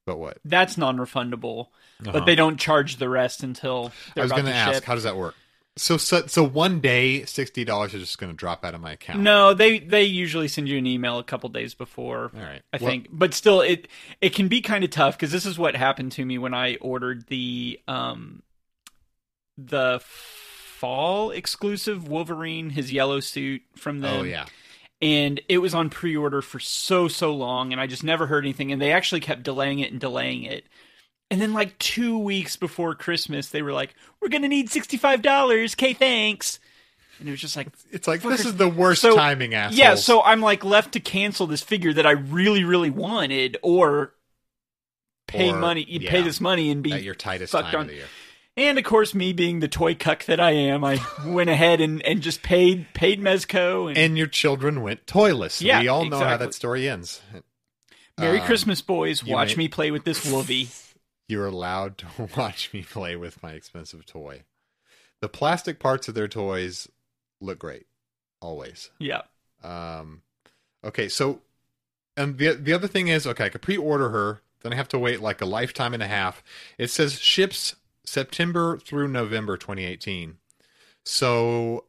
Speaker 2: But what?
Speaker 1: that's non-refundable.
Speaker 2: Uh-huh.
Speaker 1: But they don't charge the rest until
Speaker 2: I
Speaker 1: they're
Speaker 2: was
Speaker 1: about
Speaker 2: going to
Speaker 1: to
Speaker 2: ask,
Speaker 1: ship.
Speaker 2: how does that work? So, so, so one day, sixty dollars is just going to drop out of my account.
Speaker 1: No, they they usually send you an email a couple days before.
Speaker 2: all right.
Speaker 1: I
Speaker 2: Well,
Speaker 1: think, but still, it it can be kind of tough because this is what happened to me when I ordered the um the fall exclusive Wolverine, his yellow suit from them.
Speaker 2: Oh yeah,
Speaker 1: and it was on pre-order for so so long and i just never heard anything and they actually kept delaying it and delaying it and then like two weeks before christmas they were like we're gonna need $65 k thanks and it was just like
Speaker 2: it's like this is the worst
Speaker 1: So-
Speaker 2: timing, assholes.
Speaker 1: yeah so i'm like left to cancel this figure that i really really wanted or pay
Speaker 2: Or-
Speaker 1: money you
Speaker 2: yeah,
Speaker 1: pay this money and be
Speaker 2: at your tightest
Speaker 1: fucked
Speaker 2: time
Speaker 1: on.
Speaker 2: of the year.
Speaker 1: and of course me being the toy cuck that i am i went ahead and, and just paid paid mezco and,
Speaker 2: And your children went toyless.
Speaker 1: Yeah,
Speaker 2: we all know how
Speaker 1: exactly.
Speaker 2: that story ends.
Speaker 1: merry
Speaker 2: um,
Speaker 1: christmas boys
Speaker 2: you
Speaker 1: watch
Speaker 2: may-
Speaker 1: me play with this wolvie
Speaker 2: You're allowed to watch me play with my expensive toy. The plastic parts of their toys look great, always.
Speaker 1: yeah
Speaker 2: Um, okay, so and the the other thing is, okay, I could pre-order her. Then I have to wait like a lifetime and a half. It says ships September through November 2018. So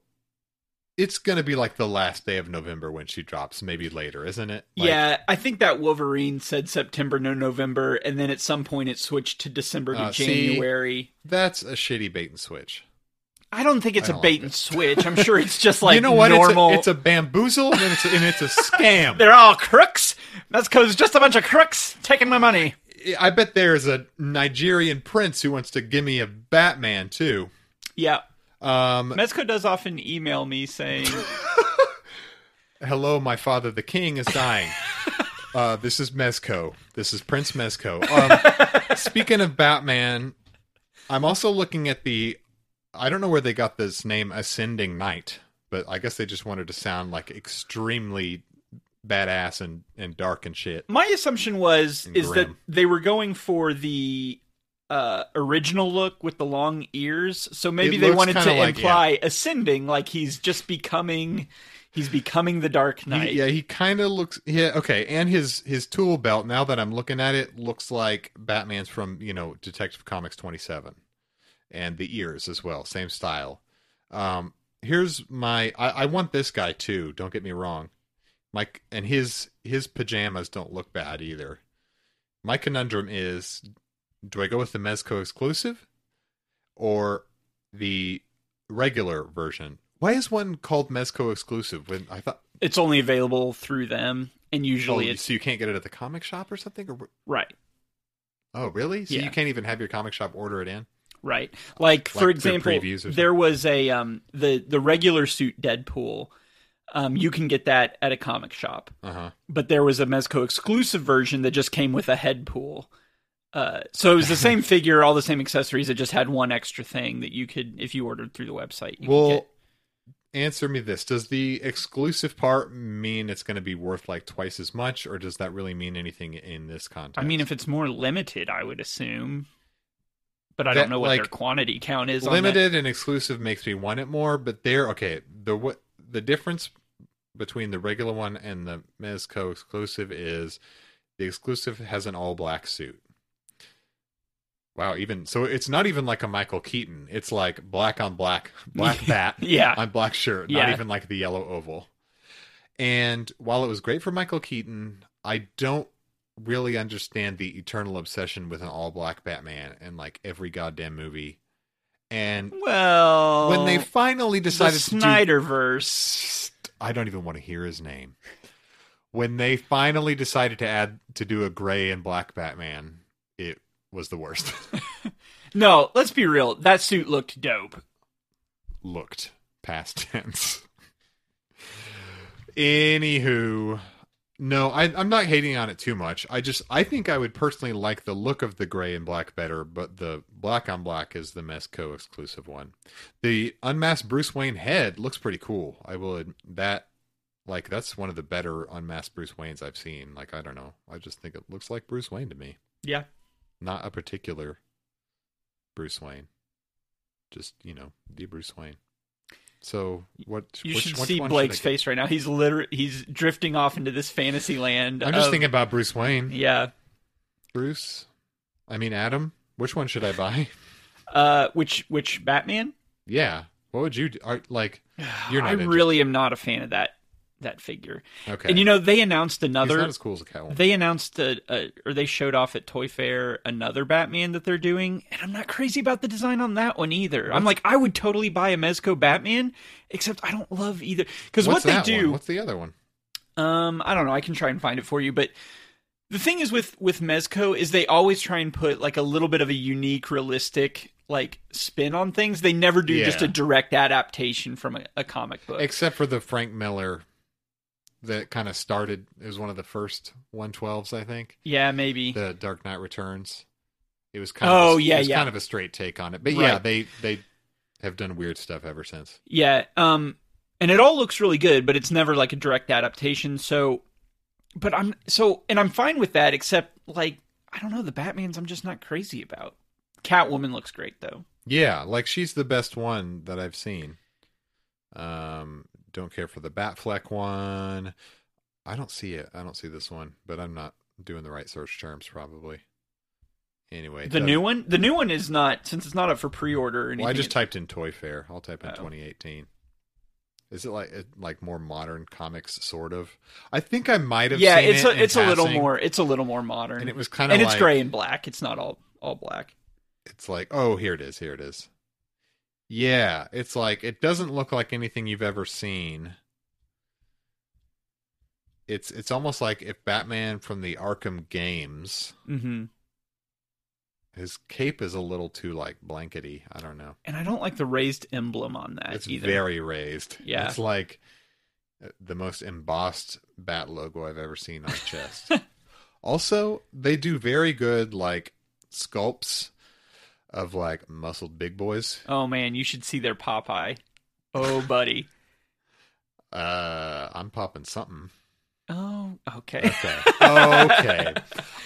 Speaker 2: it's gonna be like the last day of November when she drops, maybe later, isn't it? Like,
Speaker 1: yeah, I think that Wolverine said September, no November, and then at some point it switched to December to
Speaker 2: Uh, see-
Speaker 1: January.
Speaker 2: that's a shitty bait and switch.
Speaker 1: I don't think it's
Speaker 2: I
Speaker 1: a
Speaker 2: don't
Speaker 1: bait
Speaker 2: like
Speaker 1: and
Speaker 2: this.
Speaker 1: switch. I'm sure it's just like
Speaker 2: you know what?
Speaker 1: normal.
Speaker 2: It's, a, it's a bamboozle and it's a, and it's a scam.
Speaker 1: They're all crooks. That's because just a bunch of crooks taking my money.
Speaker 2: I bet there's a Nigerian prince who wants to give me a Batman too.
Speaker 1: Yeah,
Speaker 2: Um,
Speaker 1: Mezco does often email me saying,
Speaker 2: hello, my father, the king, is dying. uh, this is Mezco. This is Prince Mezco. Um, speaking of Batman, I'm also looking at the. I don't know where they got this name, Ascending Knight, but I guess they just wanted to sound like extremely badass and, and dark and shit.
Speaker 1: "My assumption was
Speaker 2: And
Speaker 1: is that
Speaker 2: grim.
Speaker 1: they were going for the." Uh, original look with the long ears, so maybe
Speaker 2: It
Speaker 1: they
Speaker 2: looks
Speaker 1: wanted to
Speaker 2: kinda like-
Speaker 1: imply ascending, like he's just becoming, he's becoming the Dark
Speaker 2: He-
Speaker 1: Knight.
Speaker 2: yeah, he kind of looks. Yeah, okay. And his his tool belt. Now that I'm looking at it, looks like Batman's from you know Detective Comics 27, and the ears as well, same style. Um, here's my. I, I want this guy too. Don't get me wrong. Mike and his his pajamas don't look bad either. My conundrum is: Do I go with the Mezco exclusive or the regular version? Why is one called Mezco exclusive when I thought
Speaker 1: it's only available through them and usually
Speaker 2: Oh,
Speaker 1: it's
Speaker 2: so you can't get it at the comic shop or something? Or wh-
Speaker 1: right
Speaker 2: oh, really? So
Speaker 1: Yeah.
Speaker 2: you can't even have your comic shop order it in?
Speaker 1: right like for
Speaker 2: through
Speaker 1: example
Speaker 2: previews or
Speaker 1: there was a um the the regular suit deadpool um you can get that at a comic shop
Speaker 2: Uh huh.
Speaker 1: but there was a mezco exclusive version that just came with a head pool uh, so it was the same figure, all the same accessories. It just had one extra thing that you could, if you ordered through the website. You could
Speaker 2: Well,
Speaker 1: get.
Speaker 2: answer me this: Does the exclusive part mean it's going to be worth like twice as much, or does that really mean anything in this context?
Speaker 1: I mean, if it's more limited, I would assume. But I
Speaker 2: That,
Speaker 1: don't know what their
Speaker 2: like,
Speaker 1: quantity count is. on that.
Speaker 2: limited and exclusive makes me want it more but they're okay the what the difference between the regular one and the mezco exclusive is the exclusive has an all black suit wow even so it's not even like a michael keaton it's like black on black black bat
Speaker 1: Yeah.
Speaker 2: on black shirt not
Speaker 1: Yeah.
Speaker 2: even like the yellow oval and while it was great for michael keaton i don't really understand the eternal obsession with an all black batman in like every goddamn movie and
Speaker 1: Well,
Speaker 2: when they finally
Speaker 1: the
Speaker 2: decided to
Speaker 1: Snyderverse.
Speaker 2: do, I don't even want to hear his name. When they finally decided to add to do a gray and black Batman, it was the worst.
Speaker 1: No, let's be real. That suit looked dope.
Speaker 2: Looked past tense. Anywho, no, I, I'm not hating on it too much. I just I think I would personally like the look of the gray and black better, but the black on black is the Mesco exclusive one. The unmasked Bruce Wayne head looks pretty cool. I will ad- that like that's one of the better unmasked Bruce Waynes I've seen. Like I don't know, I just think it looks like Bruce Wayne to me.
Speaker 1: Yeah.
Speaker 2: Not a particular Bruce Wayne. Just you know, the Bruce Wayne. So what?
Speaker 1: You
Speaker 2: which,
Speaker 1: should
Speaker 2: which
Speaker 1: see
Speaker 2: one
Speaker 1: Blake's
Speaker 2: I get?
Speaker 1: face right now. He's literally he's drifting off into this fantasy land.
Speaker 2: I'm just
Speaker 1: of-
Speaker 2: thinking about Bruce Wayne.
Speaker 1: Yeah.
Speaker 2: Bruce. I mean Adam. Which one should I buy?
Speaker 1: Uh, which which Batman?
Speaker 2: yeah. What would you do? Are, like? You're not
Speaker 1: I
Speaker 2: interested.
Speaker 1: really am not a fan of that that figure.
Speaker 2: Okay.
Speaker 1: And you know they announced
Speaker 2: he's
Speaker 1: another.
Speaker 2: not as cool as a Catwoman.
Speaker 1: They announced a, a, or they showed off at Toy Fair another Batman that they're doing, and I'm not crazy about the design on that one either. I'm like, I would totally buy a Mezco Batman, except I don't love either because what
Speaker 2: What's
Speaker 1: they
Speaker 2: that
Speaker 1: do.
Speaker 2: One? What's the other one?
Speaker 1: Um, I don't know. I can try and find it for you, but the thing is with with Mezco is they always try and put like a little bit of a unique, realistic like spin on things. They never do just
Speaker 2: Yeah.
Speaker 1: a direct adaptation from a, a comic book.
Speaker 2: Except for the Frank Miller that kind of started it was one of the first 112s I think.
Speaker 1: yeah, maybe.
Speaker 2: The Dark Knight Returns. It was kind
Speaker 1: Oh,
Speaker 2: of a,
Speaker 1: yeah,
Speaker 2: it was
Speaker 1: yeah.
Speaker 2: kind of a straight take on it. But yeah,
Speaker 1: Right.
Speaker 2: they they have done weird stuff ever since.
Speaker 1: yeah. Um, and it all looks really good, but it's never like a direct adaptation. So, but I'm so and I'm fine with that, except like I don't know the Batman's. I'm just not crazy about. Catwoman looks great though.
Speaker 2: Yeah, like she's the best one that I've seen. Um, don't care for the Batfleck one. I don't see it. I don't see this one, but I'm not doing the right search terms probably. Anyway, it
Speaker 1: The
Speaker 2: doesn't-
Speaker 1: new one, the new one is not since it's not up for pre-order or anything.
Speaker 2: Well, I just
Speaker 1: it-
Speaker 2: typed in Toy Fair. I'll type in
Speaker 1: Oh.
Speaker 2: 2018. Is it like it- like more modern comics, sort of? I think I might have.
Speaker 1: yeah
Speaker 2: seen
Speaker 1: it's
Speaker 2: it in
Speaker 1: a, it's a little
Speaker 2: passing,
Speaker 1: more it's a little more modern
Speaker 2: and it
Speaker 1: and,
Speaker 2: was kind of
Speaker 1: it's
Speaker 2: like,
Speaker 1: gray and black it's not all all black
Speaker 2: It's like, oh, here it is, here it is. Yeah, it's like it doesn't look like anything you've ever seen. It's it's almost like if Batman from the Arkham games,
Speaker 1: mm-hmm.
Speaker 2: his cape is a little too like blankety. I don't know.
Speaker 1: and i don't like the raised emblem on that
Speaker 2: it's
Speaker 1: either
Speaker 2: very raised.
Speaker 1: Yeah.
Speaker 2: it's like uh, the most embossed bat logo I've ever seen on a chest. also, they do very good like sculpts of like muscled big boys.
Speaker 1: oh man you should see their popeye oh buddy
Speaker 2: Uh, I'm popping something.
Speaker 1: oh okay
Speaker 2: Okay. okay.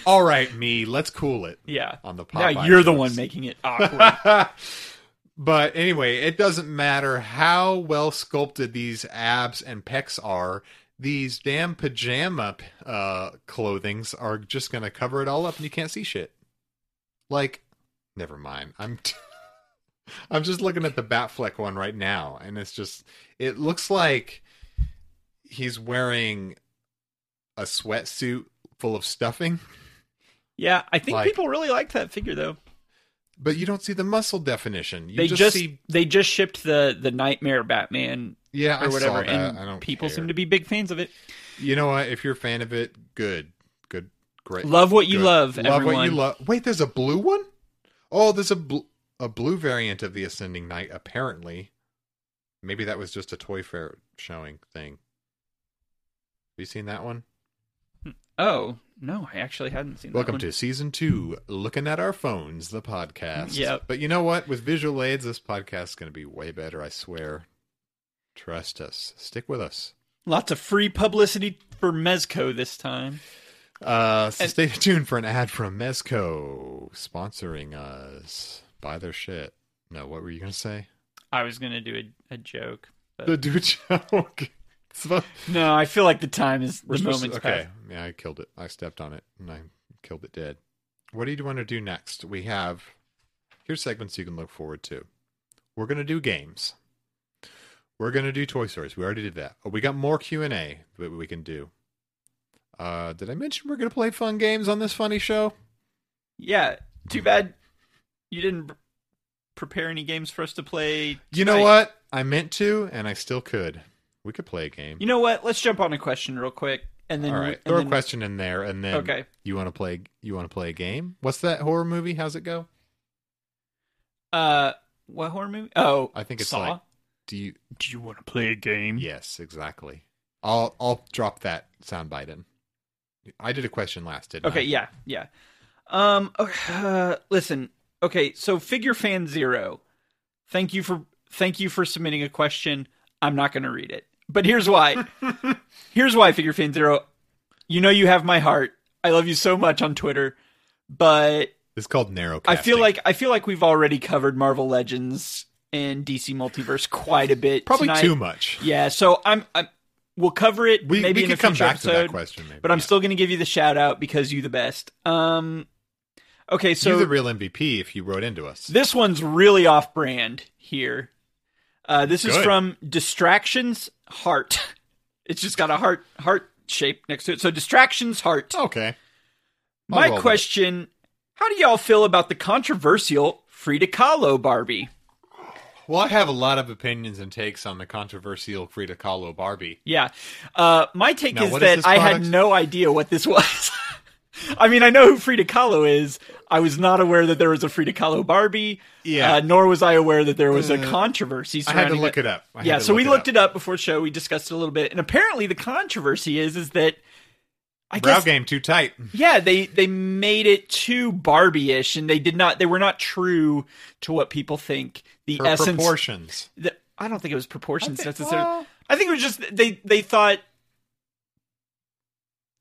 Speaker 2: All right, me. Let's cool it
Speaker 1: yeah
Speaker 2: on the Popeye.
Speaker 1: now you're the
Speaker 2: jokes.
Speaker 1: one making it awkward
Speaker 2: but anyway, it doesn't matter how well sculpted these abs and pecs are. These damn pajama uh, clothings are just going to cover it all up, and you can't see shit. Like, never mind. I'm t- I'm just looking at the Batfleck one right now, and it's just it looks like he's wearing a sweatsuit full of stuffing.
Speaker 1: yeah i think
Speaker 2: Like-
Speaker 1: people really liked that figure though
Speaker 2: But you don't see the muscle definition. You
Speaker 1: they
Speaker 2: just,
Speaker 1: just,
Speaker 2: see,
Speaker 1: they just shipped the the nightmare batman
Speaker 2: yeah,
Speaker 1: or
Speaker 2: I
Speaker 1: whatever
Speaker 2: Saw that.
Speaker 1: and
Speaker 2: I don't
Speaker 1: people
Speaker 2: care.
Speaker 1: seem to be big fans of it
Speaker 2: You know what? If you're a fan of it, good, good, great.
Speaker 1: love what you
Speaker 2: Good.
Speaker 1: love
Speaker 2: love
Speaker 1: everyone
Speaker 2: what you love. Wait, there's a blue one. Oh, there's a bl- a blue variant of the Ascending Knight. Apparently, maybe that was just a Toy Fair showing thing. Have you seen that one?
Speaker 1: oh no i actually hadn't seen
Speaker 2: Welcome
Speaker 1: that one.
Speaker 2: to season two, looking at our phones, the podcast.
Speaker 1: Yep.
Speaker 2: But you know what? With visual aids, this podcast is going to be way better. I swear. Trust us. Stick with us.
Speaker 1: Lots of free publicity for Mezco this time.
Speaker 2: Uh, so stay tuned for an ad from Mezco sponsoring us. Buy their shit. No, what were you gonna say?
Speaker 1: I was gonna do a, a joke, but
Speaker 2: The dude joke. It's about-
Speaker 1: no, I feel like the time is
Speaker 2: we're
Speaker 1: the
Speaker 2: supposed to-
Speaker 1: moment's
Speaker 2: okay.
Speaker 1: past.
Speaker 2: Yeah, I killed it. I stepped on it and I killed it dead. What do you want to do next? We have here's segments you can look forward to. We're gonna do games. We're gonna do Toy Stories. We already did that. Oh, we got more Q and A that we can do. Uh, did I mention we're gonna play fun games on this funny show?
Speaker 1: Yeah, too bad you didn't pr- prepare any games for us to play.
Speaker 2: You know
Speaker 1: tonight.
Speaker 2: what? I meant to, and I still could. We could play a game.
Speaker 1: You know what? Let's jump on a question real quick, and then
Speaker 2: All
Speaker 1: we-
Speaker 2: right,
Speaker 1: and
Speaker 2: throw a
Speaker 1: then-
Speaker 2: question in there, and then
Speaker 1: Okay.
Speaker 2: you want to play? You want to play a game? What's that horror movie? How's it go?
Speaker 1: Uh, what horror movie? Oh,
Speaker 2: I think it's
Speaker 1: Saw.
Speaker 2: like- Do you?
Speaker 1: Do you want to play a game?
Speaker 2: Yes, exactly. I'll I'll drop that soundbite in. I did a question last, didn't
Speaker 1: Okay,
Speaker 2: I?
Speaker 1: yeah, yeah. Um, okay, uh, listen. Okay, so figure fan zero. Thank you for thank you for submitting a question. I'm not going to read it, but here's why. here's why figure fan zero. You know you have my heart. I love you so much on Twitter, but
Speaker 2: It's called narrow.
Speaker 1: I feel like I feel like we've already covered Marvel Legends and DC Multiverse quite a bit.
Speaker 2: probably
Speaker 1: tonight.
Speaker 2: too much.
Speaker 1: Yeah, so I'm, I'm we'll cover it.
Speaker 2: We
Speaker 1: maybe
Speaker 2: we
Speaker 1: in
Speaker 2: could
Speaker 1: a
Speaker 2: come
Speaker 1: future
Speaker 2: back to that
Speaker 1: episode,
Speaker 2: question, maybe.
Speaker 1: But I'm
Speaker 2: Yeah.
Speaker 1: still going to give you the shout out because you the best. Um, okay, so
Speaker 2: you're the real MVP if you wrote into us.
Speaker 1: this one's really off brand here. Uh, this is
Speaker 2: Good.
Speaker 1: from Distractions Heart. It's just got a heart heart shape next to it. So Distractions Heart.
Speaker 2: okay. I'll
Speaker 1: My
Speaker 2: roll with Oh, it.
Speaker 1: question: How do y'all feel about the controversial Frida Kahlo Barbie?
Speaker 2: Well, I have a lot of opinions and takes on the controversial Frida Kahlo Barbie.
Speaker 1: Yeah. Uh, my take
Speaker 2: Now,
Speaker 1: is
Speaker 2: what is
Speaker 1: that
Speaker 2: this
Speaker 1: I had
Speaker 2: product?
Speaker 1: no idea what this was. I mean, I know who Frida Kahlo is. I was not aware that there was a Frida Kahlo Barbie.
Speaker 2: Yeah.
Speaker 1: Uh, nor was I aware that there was a
Speaker 2: Uh,
Speaker 1: controversy
Speaker 2: I had to
Speaker 1: surrounding
Speaker 2: look it up. I had
Speaker 1: yeah.
Speaker 2: to
Speaker 1: So we
Speaker 2: look
Speaker 1: looked
Speaker 2: up.
Speaker 1: it up before the show. We discussed it a little bit, and apparently the controversy is is that I
Speaker 2: Brow
Speaker 1: guess
Speaker 2: game too tight.
Speaker 1: yeah they they made it too Barbie-ish, and they did not they were not true to what people think the
Speaker 2: Her
Speaker 1: essence
Speaker 2: proportions.
Speaker 1: the, I don't think it was proportions
Speaker 2: I think-
Speaker 1: necessarily.
Speaker 2: well-
Speaker 1: I think it was just they they thought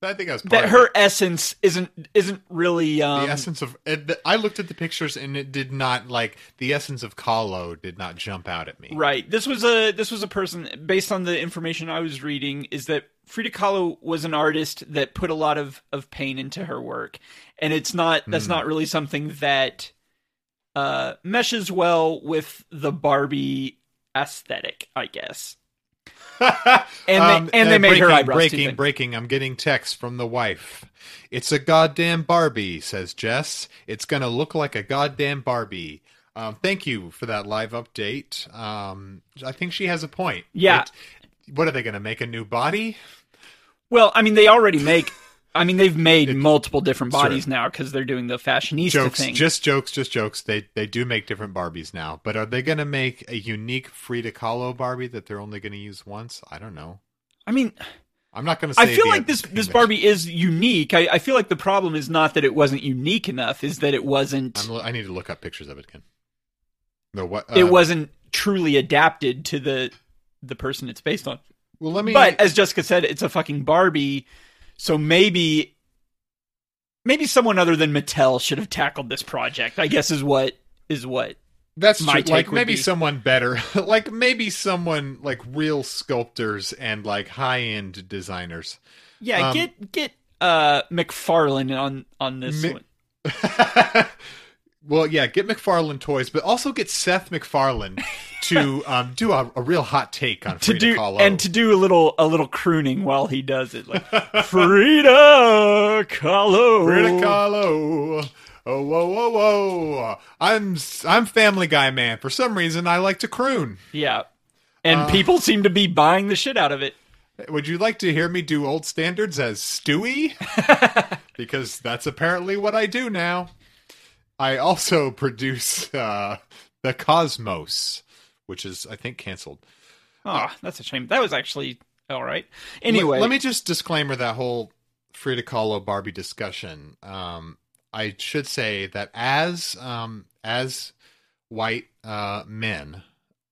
Speaker 2: I think that's part
Speaker 1: that
Speaker 2: of
Speaker 1: her
Speaker 2: it.
Speaker 1: essence isn't isn't really
Speaker 2: The
Speaker 1: um,
Speaker 2: essence of it, the- I looked at the pictures and it did not like the essence of Kahlo did not jump out at me.
Speaker 1: right. This was a this was a person based on the information I was reading is that Frida Kahlo was an artist that put a lot of of pain into her work, and it's not that's
Speaker 2: Hmm.
Speaker 1: not really something that uh, meshes well with the Barbie aesthetic, I guess. And they- and they made her
Speaker 2: Um,
Speaker 1: eyebrows
Speaker 2: uh, breaking,
Speaker 1: too
Speaker 2: breaking,
Speaker 1: thin.
Speaker 2: breaking. I'm getting text from the wife. It's a goddamn Barbie, says Jess. It's gonna look like a goddamn Barbie. Um, thank you for that live update. Um, I think she has a point.
Speaker 1: Yeah.
Speaker 2: It- what are they gonna make a new body?
Speaker 1: Well, I mean, they already make. I mean, they've made multiple different
Speaker 2: true.
Speaker 1: bodies now because they're doing the fashionista
Speaker 2: jokes,
Speaker 1: thing.
Speaker 2: just jokes, just jokes. They they do make different Barbies now, but are they going to make a unique Frida Kahlo Barbie that they're only going to use once? I don't know.
Speaker 1: I mean,
Speaker 2: I'm not going to.
Speaker 1: I feel like this this Barbie is unique. I, I feel like the problem is not that it wasn't unique enough; is that it wasn't
Speaker 2: I'm, lo- I need to look up pictures of it again. No, what
Speaker 1: it
Speaker 2: uh,
Speaker 1: wasn't truly adapted to the the person it's based on.
Speaker 2: Well, let me.
Speaker 1: but uh, as Jessica said, it's a fucking Barbie, so maybe maybe someone other than Mattel should have tackled this project. I guess is what is what.
Speaker 2: that's
Speaker 1: my
Speaker 2: true.
Speaker 1: take
Speaker 2: like
Speaker 1: would
Speaker 2: maybe
Speaker 1: be-
Speaker 2: someone better, like maybe someone like real sculptors and like high end designers.
Speaker 1: Yeah,
Speaker 2: Um,
Speaker 1: get get uh McFarlane on on this
Speaker 2: Mi-
Speaker 1: one.
Speaker 2: well, yeah, get McFarlane toys, but also get Seth MacFarlane to um, do a, a real hot take on
Speaker 1: to
Speaker 2: Frida
Speaker 1: do
Speaker 2: Kahlo.
Speaker 1: and to do a little a little crooning while he does it, like Frida Kahlo.
Speaker 2: Frida Kahlo. Oh, whoa, whoa, whoa! I'm I'm Family Guy man. For some reason, I like to croon.
Speaker 1: Yeah,
Speaker 2: Uh,
Speaker 1: and people seem to be buying the shit out of it.
Speaker 2: Would you like to hear me do old standards as Stewie? because that's apparently what I do now. I also produce uh, the Cosmos, which is I think canceled.
Speaker 1: Oh, that's a shame. That was actually all right. Anyway,
Speaker 2: let, let me just disclaimer that whole Frida Kahlo Barbie discussion. Um, I should say that as um, as white uh, men,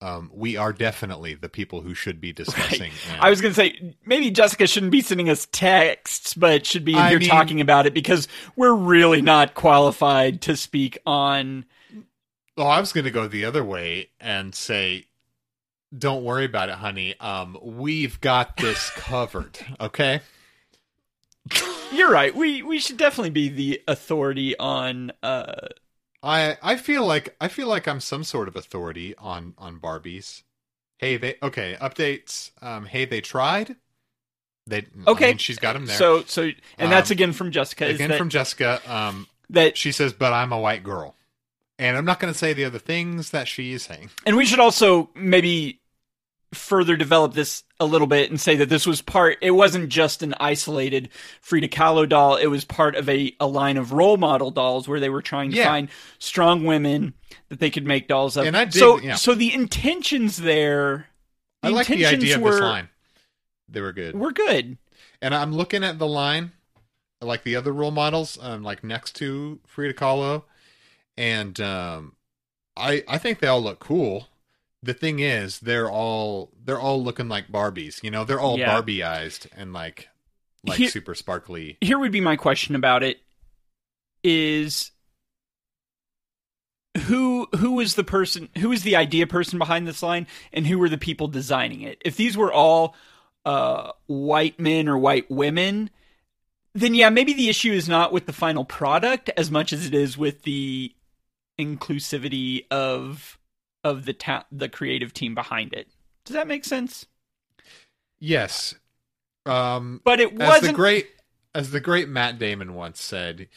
Speaker 2: um, we are definitely the people who should be discussing. and-
Speaker 1: I was going to say maybe Jessica shouldn't be sending us texts, but should be in
Speaker 2: I
Speaker 1: here
Speaker 2: mean-
Speaker 1: talking about it because we're really not qualified to speak on.
Speaker 2: Oh, I was going to go the other way and say, "Don't worry about it, honey. Um, we've got this covered." Okay.
Speaker 1: You're right. We we should definitely be the authority on. Uh,
Speaker 2: I I feel like I feel like I'm some sort of authority on on Barbies. Hey, they okay updates. Um, hey, they tried. They I
Speaker 1: Okay.
Speaker 2: mean, she's got them there.
Speaker 1: so so, and that's
Speaker 2: Um,
Speaker 1: again from Jessica. Is
Speaker 2: again
Speaker 1: that,
Speaker 2: from Jessica. Um,
Speaker 1: that
Speaker 2: she says, "But I'm a white girl," and I'm not going to say the other things that she is saying.
Speaker 1: And we should also maybe further develop this a little bit and say that this was part it wasn't just an isolated Frida Kahlo doll, it was part of a, a line of role model dolls where they were trying to
Speaker 2: Yeah.
Speaker 1: find strong women that they could make dolls of.
Speaker 2: And I dig-
Speaker 1: so
Speaker 2: yeah.
Speaker 1: so the intentions there
Speaker 2: I like the
Speaker 1: intentions
Speaker 2: idea of
Speaker 1: were,
Speaker 2: this line. They were good.
Speaker 1: We're good.
Speaker 2: And I'm looking at the line, like the other role models, um, like next to Frida Kahlo, and um, I I think they all look cool. The thing is, they're all they're all looking like Barbies. You know, they're all
Speaker 1: Yeah.
Speaker 2: Barbie-ized and like like
Speaker 1: Here-
Speaker 2: super sparkly.
Speaker 1: Here would be my question about it is who who was the person who was the idea person behind this line and who were the people designing it if these were all uh white men or white women then yeah maybe the issue is not with the final product as much as it is with the inclusivity of of the ta- the creative team behind it does that make sense
Speaker 2: Yes. Um,
Speaker 1: but it
Speaker 2: as the
Speaker 1: wasn't
Speaker 2: great as the great Matt Damon once said,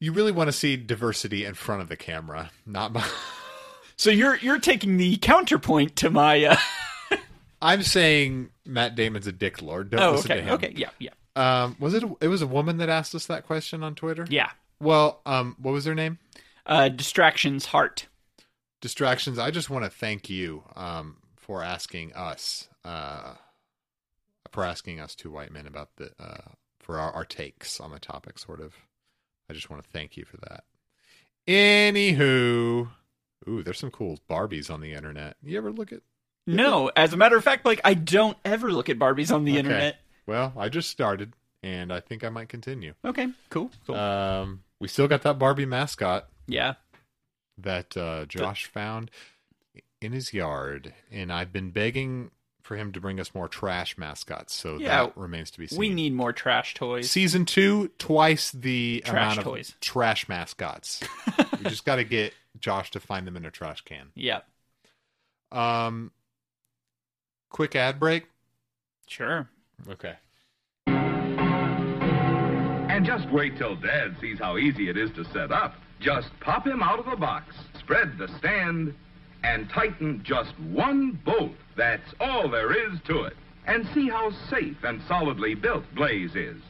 Speaker 2: you really want to see diversity in front of the camera, not behind.
Speaker 1: so you're you're taking the counterpoint to my uh,
Speaker 2: I'm saying Matt Damon's a dick lord. Don't
Speaker 1: oh
Speaker 2: listen
Speaker 1: okay
Speaker 2: to him.
Speaker 1: okay yeah yeah
Speaker 2: Um, was it? A, it was a woman that asked us that question on Twitter.
Speaker 1: yeah
Speaker 2: Well, um, what was her name?
Speaker 1: uh distractions heart
Speaker 2: Distractions. I just want to thank you, um, for asking us, uh, for asking us two white men about the, uh, for our, our takes on the topic. Sort of. I just want to thank you for that. Anywho, ooh, there's some cool Barbies on the internet. You ever look at?
Speaker 1: No, as a matter of fact, like I don't ever look at Barbies on the
Speaker 2: Okay.
Speaker 1: internet.
Speaker 2: Well, I just started, and I think I might continue.
Speaker 1: Okay, cool, cool.
Speaker 2: Um, we still got that Barbie mascot.
Speaker 1: yeah,
Speaker 2: that uh, Josh found in his yard, and I've been begging for him to bring us more trash mascots. So
Speaker 1: Yeah,
Speaker 2: that remains to be seen.
Speaker 1: we need more trash toys.
Speaker 2: season two twice the
Speaker 1: Trash
Speaker 2: amount of
Speaker 1: toys.
Speaker 2: trash mascots. we just got to get Josh to find them in a trash can.
Speaker 1: yeah,
Speaker 2: Um, quick ad break.
Speaker 1: sure.
Speaker 2: Okay.
Speaker 4: And just wait till Dad sees how easy it is to set up. Just pop him out of the box, spread the stand, and tighten just one bolt. That's all there is to it. And see how safe and solidly built Blaze is.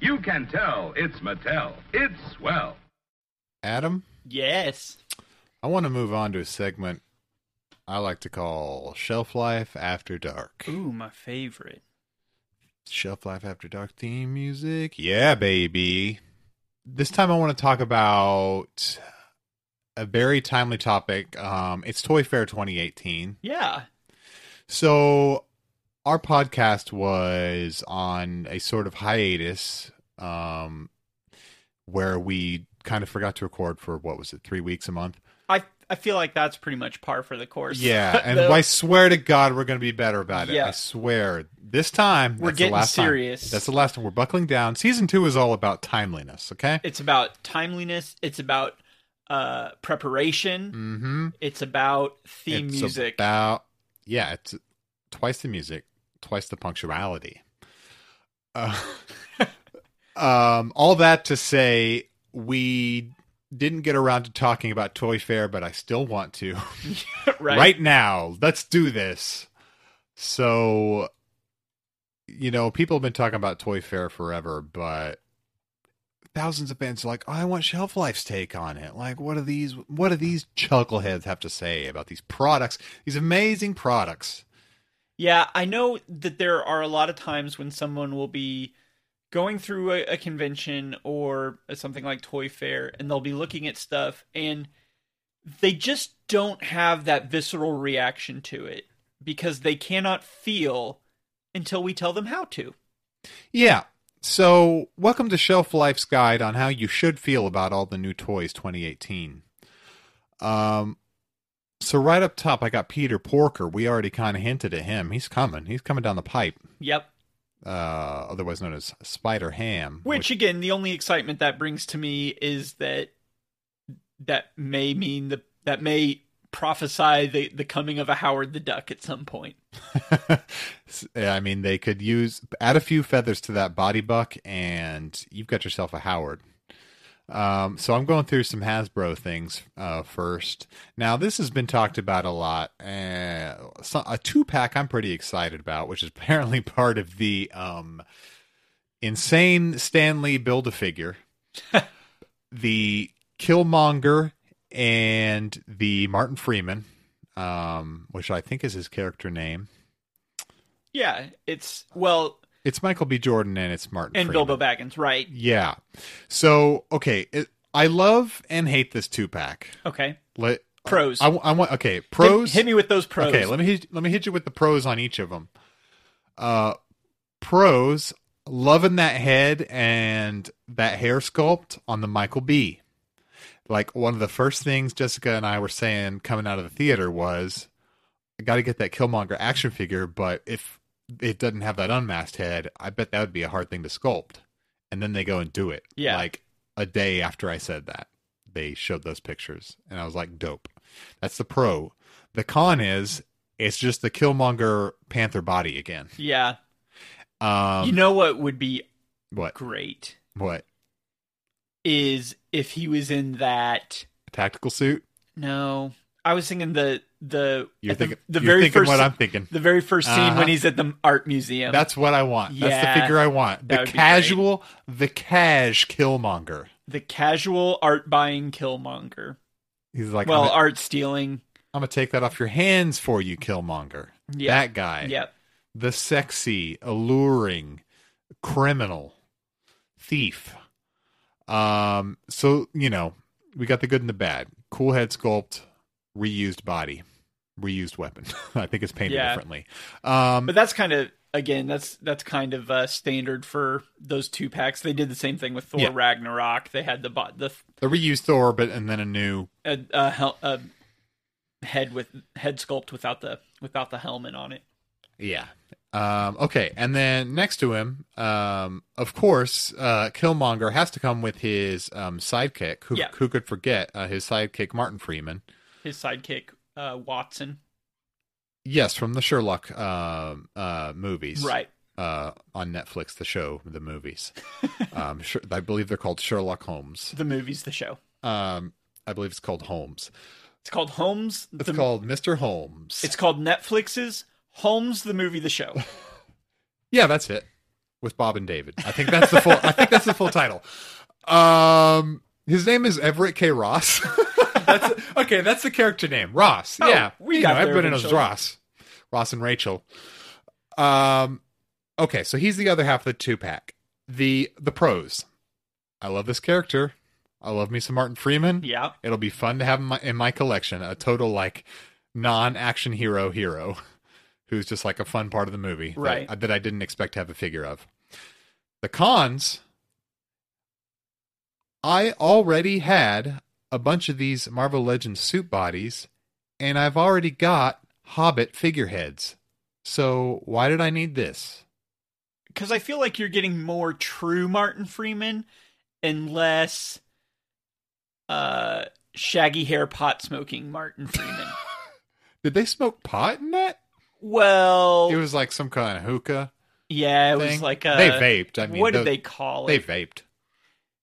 Speaker 4: You can tell it's Mattel. It's swell.
Speaker 2: Adam,
Speaker 1: Yes.
Speaker 2: I want to move on to a segment I like to call Shelf Life After Dark.
Speaker 1: Ooh, my favorite.
Speaker 2: Shelf Life After Dark theme music. Yeah, baby. This time I want to talk about a very timely topic. Um, it's Toy Fair 2018.
Speaker 1: Yeah.
Speaker 2: So our podcast was on a sort of hiatus um, where we kind of forgot to record for what was it, three weeks a month?
Speaker 1: I I feel like that's pretty much par for the course.
Speaker 2: Yeah. And
Speaker 1: Though-
Speaker 2: I swear to God, we're going to be better about it.
Speaker 1: Yeah.
Speaker 2: I swear. This time,
Speaker 1: We're
Speaker 2: that's
Speaker 1: getting
Speaker 2: the last time.
Speaker 1: serious.
Speaker 2: That's the last one. We're buckling down. Season two is all about timeliness, okay?
Speaker 1: it's about timeliness. It's about uh preparation.
Speaker 2: Mm-hmm.
Speaker 1: It's about theme
Speaker 2: it's
Speaker 1: music.
Speaker 2: About, yeah, it's twice the music, twice the punctuality. Uh, um, all that to say, we didn't get around to talking about Toy Fair, but I still want to.
Speaker 1: right.
Speaker 2: now. Let's do this. So, you know, people have been talking about Toy Fair forever, but thousands of fans are like, oh, I want Shelf Life's take on it. Like, what do these, what do these chuckleheads have to say about these products, these amazing products?
Speaker 1: Yeah, I know that there are a lot of times when someone will be going through a, a convention or something like Toy Fair and they'll be looking at stuff and they just don't have that visceral reaction to it because they cannot feel until we tell them how to.
Speaker 2: Yeah. So, welcome to Shelf Life's Guide on how you should feel about all the new toys 2018. Um, so right up top, I got Peter Porker. We already kind of hinted at him. He's coming. He's coming down the pipe,
Speaker 1: Yep.
Speaker 2: uh, otherwise known as Spider Ham.
Speaker 1: Which again, the only excitement that brings to me is that that may mean the that may prophesy the the coming of a Howard the Duck at some point.
Speaker 2: I mean, they could use add a few feathers to that body buck, and you've got yourself a Howard. Um, so I'm going through some Hasbro things uh, first. Now this has been talked about a lot. Uh, so, a two pack I'm pretty excited about, which is apparently part of the um, insane Stanley build a figure, the Killmonger, and the Martin Freeman, um, which I think is his character name.
Speaker 1: Yeah, it's well,
Speaker 2: It's Michael B. Jordan and it's Martin
Speaker 1: and
Speaker 2: Freeman.
Speaker 1: Bilbo Baggins, right?
Speaker 2: Yeah. So okay, it, I love and hate this two pack.
Speaker 1: Okay,
Speaker 2: Let
Speaker 1: pros.
Speaker 2: I, I want okay pros.
Speaker 1: Hit, hit me with those pros.
Speaker 2: Okay, let me hit, let me hit you with the pros on each of them. Uh, pros loving that head and that hair sculpt on the Michael B. Like one of the first things Jessica and I were saying coming out of the theater was, I got to get that Killmonger action figure, but if it doesn't have that unmasked head, I bet that would be a hard thing to sculpt. And then they go and do it.
Speaker 1: Yeah.
Speaker 2: Like a day after I said that, they showed those pictures, and I was like, dope. That's the pro. The con is it's just the Killmonger Panther body again.
Speaker 1: yeah,
Speaker 2: Um,
Speaker 1: you know what would be
Speaker 2: what?
Speaker 1: great
Speaker 2: What?
Speaker 1: is if he was in that.
Speaker 2: A tactical suit?
Speaker 1: No, I was thinking the the
Speaker 2: You're
Speaker 1: at the,
Speaker 2: thinking
Speaker 1: the
Speaker 2: you're
Speaker 1: very
Speaker 2: thinking
Speaker 1: first
Speaker 2: what I'm thinking.
Speaker 1: the very first scene
Speaker 2: Uh-huh.
Speaker 1: when he's at the art museum.
Speaker 2: That's what I want. That's the
Speaker 1: Yeah.
Speaker 2: figure I want.
Speaker 1: That
Speaker 2: The
Speaker 1: would be great.
Speaker 2: casual, the cash Killmonger.
Speaker 1: the casual art buying Killmonger.
Speaker 2: He's like,
Speaker 1: well,
Speaker 2: I'm, gonna,
Speaker 1: art stealing.
Speaker 2: I'm gonna take that off your hands for you, Killmonger.
Speaker 1: Yeah.
Speaker 2: That guy.
Speaker 1: Yep.
Speaker 2: The sexy, alluring, criminal, thief. Um. So you know, we got the good and the bad. Cool head sculpt, reused body, reused weapon. I think it's painted
Speaker 1: Yeah.
Speaker 2: differently. Um.
Speaker 1: But that's kind of again, that's that's kind of uh, standard for those two packs. They did the same thing with Thor
Speaker 2: Yeah.
Speaker 1: Ragnarok. They had the bo- the
Speaker 2: the reused Thor, but and then a new
Speaker 1: a, a, hel- a head with head sculpt without the without the helmet on it.
Speaker 2: Yeah. Um, okay, and then next to him, um, of course, uh, Killmonger has to come with his um, sidekick. Who,
Speaker 1: Yeah.
Speaker 2: who could forget uh, his sidekick, Martin Freeman?
Speaker 1: His sidekick uh, Watson.
Speaker 2: Yes, from the Sherlock um uh, movies,
Speaker 1: Right.
Speaker 2: Uh, on Netflix, the show, the movies. um, Sher- I believe they're called Sherlock Holmes.
Speaker 1: The movie's the show.
Speaker 2: Um, I believe it's called Holmes.
Speaker 1: It's called Holmes.
Speaker 2: It's
Speaker 1: the,
Speaker 2: called Mister Holmes.
Speaker 1: It's called Netflix's Holmes the movie the show.
Speaker 2: Yeah, that's it. With Bob and David. I think that's the full I think that's the full title. Um his name is Everett K. Ross. that's okay, that's the character name. Ross.
Speaker 1: Oh,
Speaker 2: yeah.
Speaker 1: we
Speaker 2: you
Speaker 1: got
Speaker 2: know,
Speaker 1: there
Speaker 2: everybody knows
Speaker 1: eventually.
Speaker 2: Ross. Ross and Rachel. Um okay, so he's the other half of the two pack. The the pros. I love this character. I love me some Martin Freeman.
Speaker 1: Yeah.
Speaker 2: It'll be fun to have in my, in my collection a total like non-action hero hero who's just like a fun part of the movie that-
Speaker 1: Right.
Speaker 2: that, I didn't expect to have a figure of. The cons I already had a bunch of these Marvel Legends suit bodies and I've already got Hobbit figureheads. So why did I need this?
Speaker 1: because I feel like you're getting more true Martin Freeman and less uh, shaggy hair pot smoking Martin Freeman.
Speaker 2: Did they smoke pot in that?
Speaker 1: well,
Speaker 2: It was like some kind of hookah.
Speaker 1: yeah, it was
Speaker 2: thing.
Speaker 1: like a,
Speaker 2: They vaped, I mean,
Speaker 1: what
Speaker 2: those-
Speaker 1: did they call
Speaker 2: They
Speaker 1: it?
Speaker 2: vaped.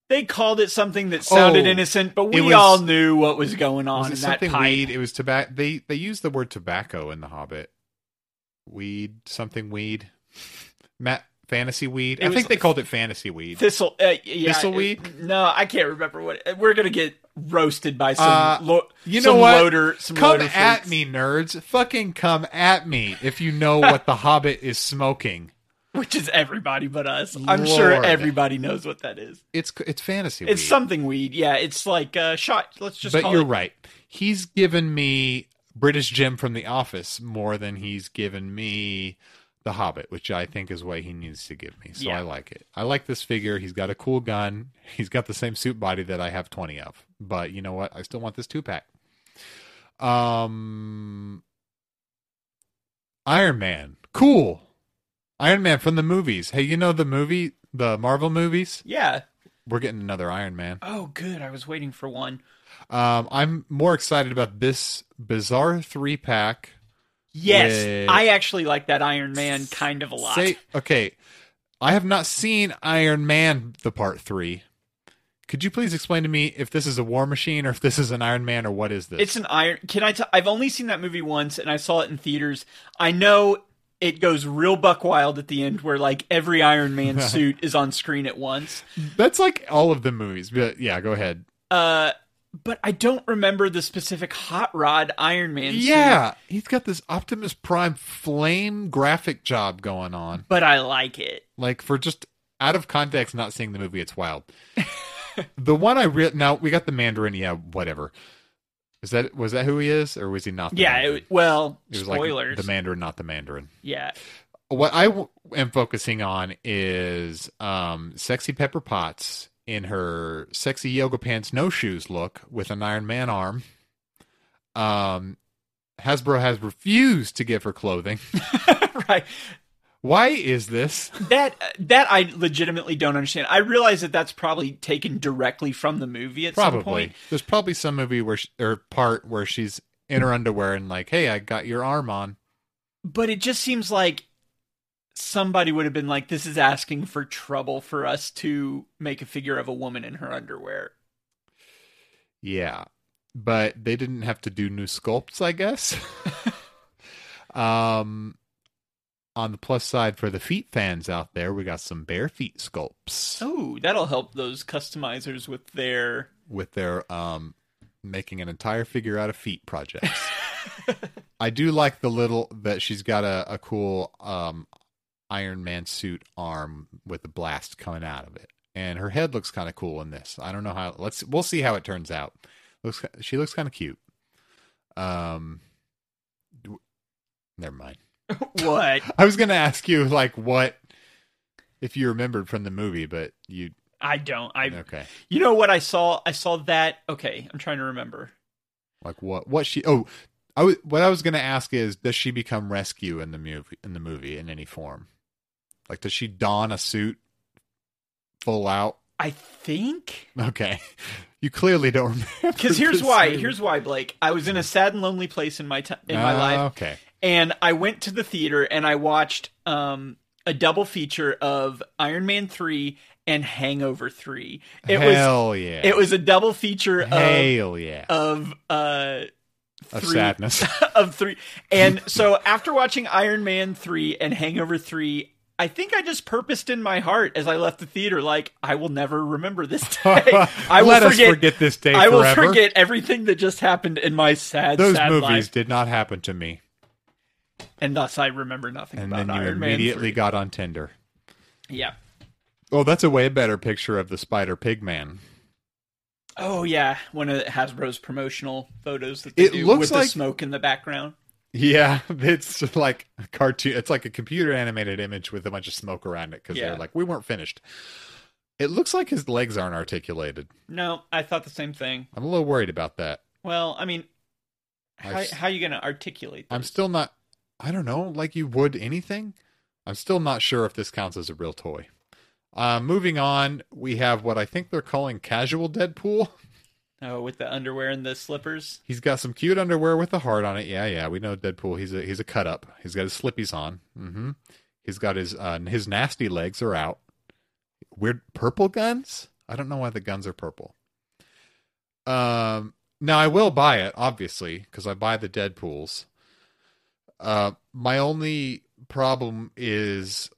Speaker 1: They called it something that sounded
Speaker 2: Oh,
Speaker 1: innocent, but we
Speaker 2: it was-
Speaker 1: all knew what was going on
Speaker 2: was it
Speaker 1: in that
Speaker 2: something
Speaker 1: pipe.
Speaker 2: weed? It was tobacco. They they used the word tobacco in The Hobbit. Weed, something weed, Matt, fantasy weed.
Speaker 1: It
Speaker 2: I
Speaker 1: was-
Speaker 2: think they called it fantasy weed.
Speaker 1: Thistle, uh, yeah,
Speaker 2: Thistleweed?
Speaker 1: it- No, I can't remember what. We're gonna get roasted by some.
Speaker 2: Uh,
Speaker 1: lo-
Speaker 2: you
Speaker 1: some
Speaker 2: know what?
Speaker 1: Loader, some
Speaker 2: come
Speaker 1: loader
Speaker 2: at
Speaker 1: freaks.
Speaker 2: me, nerds! Fucking come at me if you know what The Hobbit is smoking.
Speaker 1: which is everybody but us. I'm sure
Speaker 2: Lord.
Speaker 1: everybody knows what that is.
Speaker 2: It's it's fantasy.
Speaker 1: It's
Speaker 2: weed.
Speaker 1: something weed. Yeah, it's like uh, shot. Let's just.
Speaker 2: but
Speaker 1: call
Speaker 2: you're
Speaker 1: it-
Speaker 2: right. He's given me British Jim from The Office more than he's given me The Hobbit, which I think is what he needs to give me. So
Speaker 1: Yeah.
Speaker 2: I like it. I like this figure. He's got a cool gun. He's got the same suit body that I have 20 of. But you know what? I still want this two pack. Um, Iron Man. Cool. Iron Man from the movies. Hey, you know the movie, the Marvel movies?
Speaker 1: Yeah.
Speaker 2: We're getting another Iron Man.
Speaker 1: Oh, good. I was waiting for one.
Speaker 2: Um, I'm more excited about this bizarre three pack.
Speaker 1: Yes,
Speaker 2: Wait.
Speaker 1: I actually like that Iron Man kind of a lot.
Speaker 2: okay, I have not seen Iron Man the part three. Could you please explain to me if this is a War Machine or if this is an Iron Man or what is this?
Speaker 1: It's an iron. Can I? T- I've only seen that movie once, and I saw it in theaters. I know it goes real buck wild at the end, where like every Iron Man suit is on screen at once.
Speaker 2: That's like all of the movies. But yeah, go ahead.
Speaker 1: Uh, but I don't remember the specific hot rod Iron Man. suit,
Speaker 2: Yeah, he's got this Optimus Prime flame graphic job going on.
Speaker 1: but I like it.
Speaker 2: like for just out of context not seeing the movie it's wild the one i re- now we got the mandarin yeah whatever is that was that who he is or was he not the
Speaker 1: yeah.
Speaker 2: mandarin?
Speaker 1: It, well,
Speaker 2: It was
Speaker 1: spoilers.
Speaker 2: like the mandarin not the mandarin
Speaker 1: yeah.
Speaker 2: what i w- am focusing on is um sexy pepper potts in her sexy yoga pants no shoes look with an iron man arm um hasbro has refused to give her clothing
Speaker 1: right.
Speaker 2: why is this
Speaker 1: That that I legitimately don't understand. I realize that that's probably taken directly from the movie at some point.
Speaker 2: probably there's probably some movie where she, or part where she's in her underwear and like hey i got your arm on
Speaker 1: but it just seems like somebody would have been like this is asking for trouble for us to make a figure of a woman in her underwear
Speaker 2: yeah but they didn't have to do new sculpts i guess um on the plus side for the feet fans out there we got some bare feet sculpts
Speaker 1: oh that'll help those customizers with their
Speaker 2: with their um making an entire figure out of feet projects i do like the little that she's got a, a cool um iron man suit arm with the blast coming out of it and her head looks kind of cool in this i don't know how let's we'll see how it turns out looks she looks kind of cute um do- never mind
Speaker 1: what
Speaker 2: i was gonna ask you like what if you remembered from the movie but you
Speaker 1: i don't i
Speaker 2: okay
Speaker 1: you know what i saw i saw that okay i'm trying to remember
Speaker 2: Like what? What she? Oh, I was. What I was going to ask is, does she become rescue in the movie? In the movie, in any form? Like, does she don a suit full out?
Speaker 1: i think
Speaker 2: Okay, you clearly don't remember.
Speaker 1: because here's
Speaker 2: this
Speaker 1: why
Speaker 2: movie.
Speaker 1: here's why blake i was in a sad and lonely place in my time in my
Speaker 2: Ah,
Speaker 1: life
Speaker 2: Okay,
Speaker 1: and I went to the theater and I watched um, a double feature of Iron Man three and Hangover three. It was
Speaker 2: hell yeah,
Speaker 1: it was a double feature
Speaker 2: hell yeah,
Speaker 1: of of uh,
Speaker 2: of
Speaker 1: three-
Speaker 2: sadness.
Speaker 1: of three. And so after watching Iron Man three and Hangover three. I think I just purposed in my heart as I left the theater, like I will never remember this day. I will
Speaker 2: Let us
Speaker 1: forget,
Speaker 2: forget this day
Speaker 1: I will
Speaker 2: forever.
Speaker 1: forget everything that just happened in my sad,
Speaker 2: Those
Speaker 1: sad
Speaker 2: movies
Speaker 1: life,
Speaker 2: did not happen to me,
Speaker 1: and thus I remember nothing
Speaker 2: and
Speaker 1: about
Speaker 2: then you
Speaker 1: Iron
Speaker 2: immediately
Speaker 1: Man. 3.
Speaker 2: got on Tinder.
Speaker 1: yeah.
Speaker 2: Oh, that's a way better picture of the Spider Pig Man.
Speaker 1: Oh yeah, one of Hasbro's promotional photos that they
Speaker 2: It
Speaker 1: do
Speaker 2: looks
Speaker 1: with
Speaker 2: like-
Speaker 1: the smoke in the background.
Speaker 2: Yeah, it's just like a cartoon. It's like a computer animated image with a bunch of smoke around it because
Speaker 1: Yeah.
Speaker 2: they're like, we weren't finished. It looks like his legs aren't articulated.
Speaker 1: No, I thought the same thing.
Speaker 2: I'm a little worried about that.
Speaker 1: Well, I mean,
Speaker 2: I
Speaker 1: how,
Speaker 2: s-
Speaker 1: how are you going to articulate?
Speaker 2: I'm
Speaker 1: this?
Speaker 2: still not, I don't know, like you would anything. I'm still not sure if this counts as a real toy. Uh, moving on, we have what I think they're calling casual Deadpool.
Speaker 1: oh, with the underwear and the slippers.
Speaker 2: He's got some cute underwear with a heart on it. Yeah, yeah, we know Deadpool. He's a he's a cut up. He's got his slippies on. Mm-hmm. He's got his uh, his nasty legs are out. Weird purple guns. I don't know why the guns are purple. Um, now I will buy it obviously because I buy the Deadpool's. Uh, my only problem is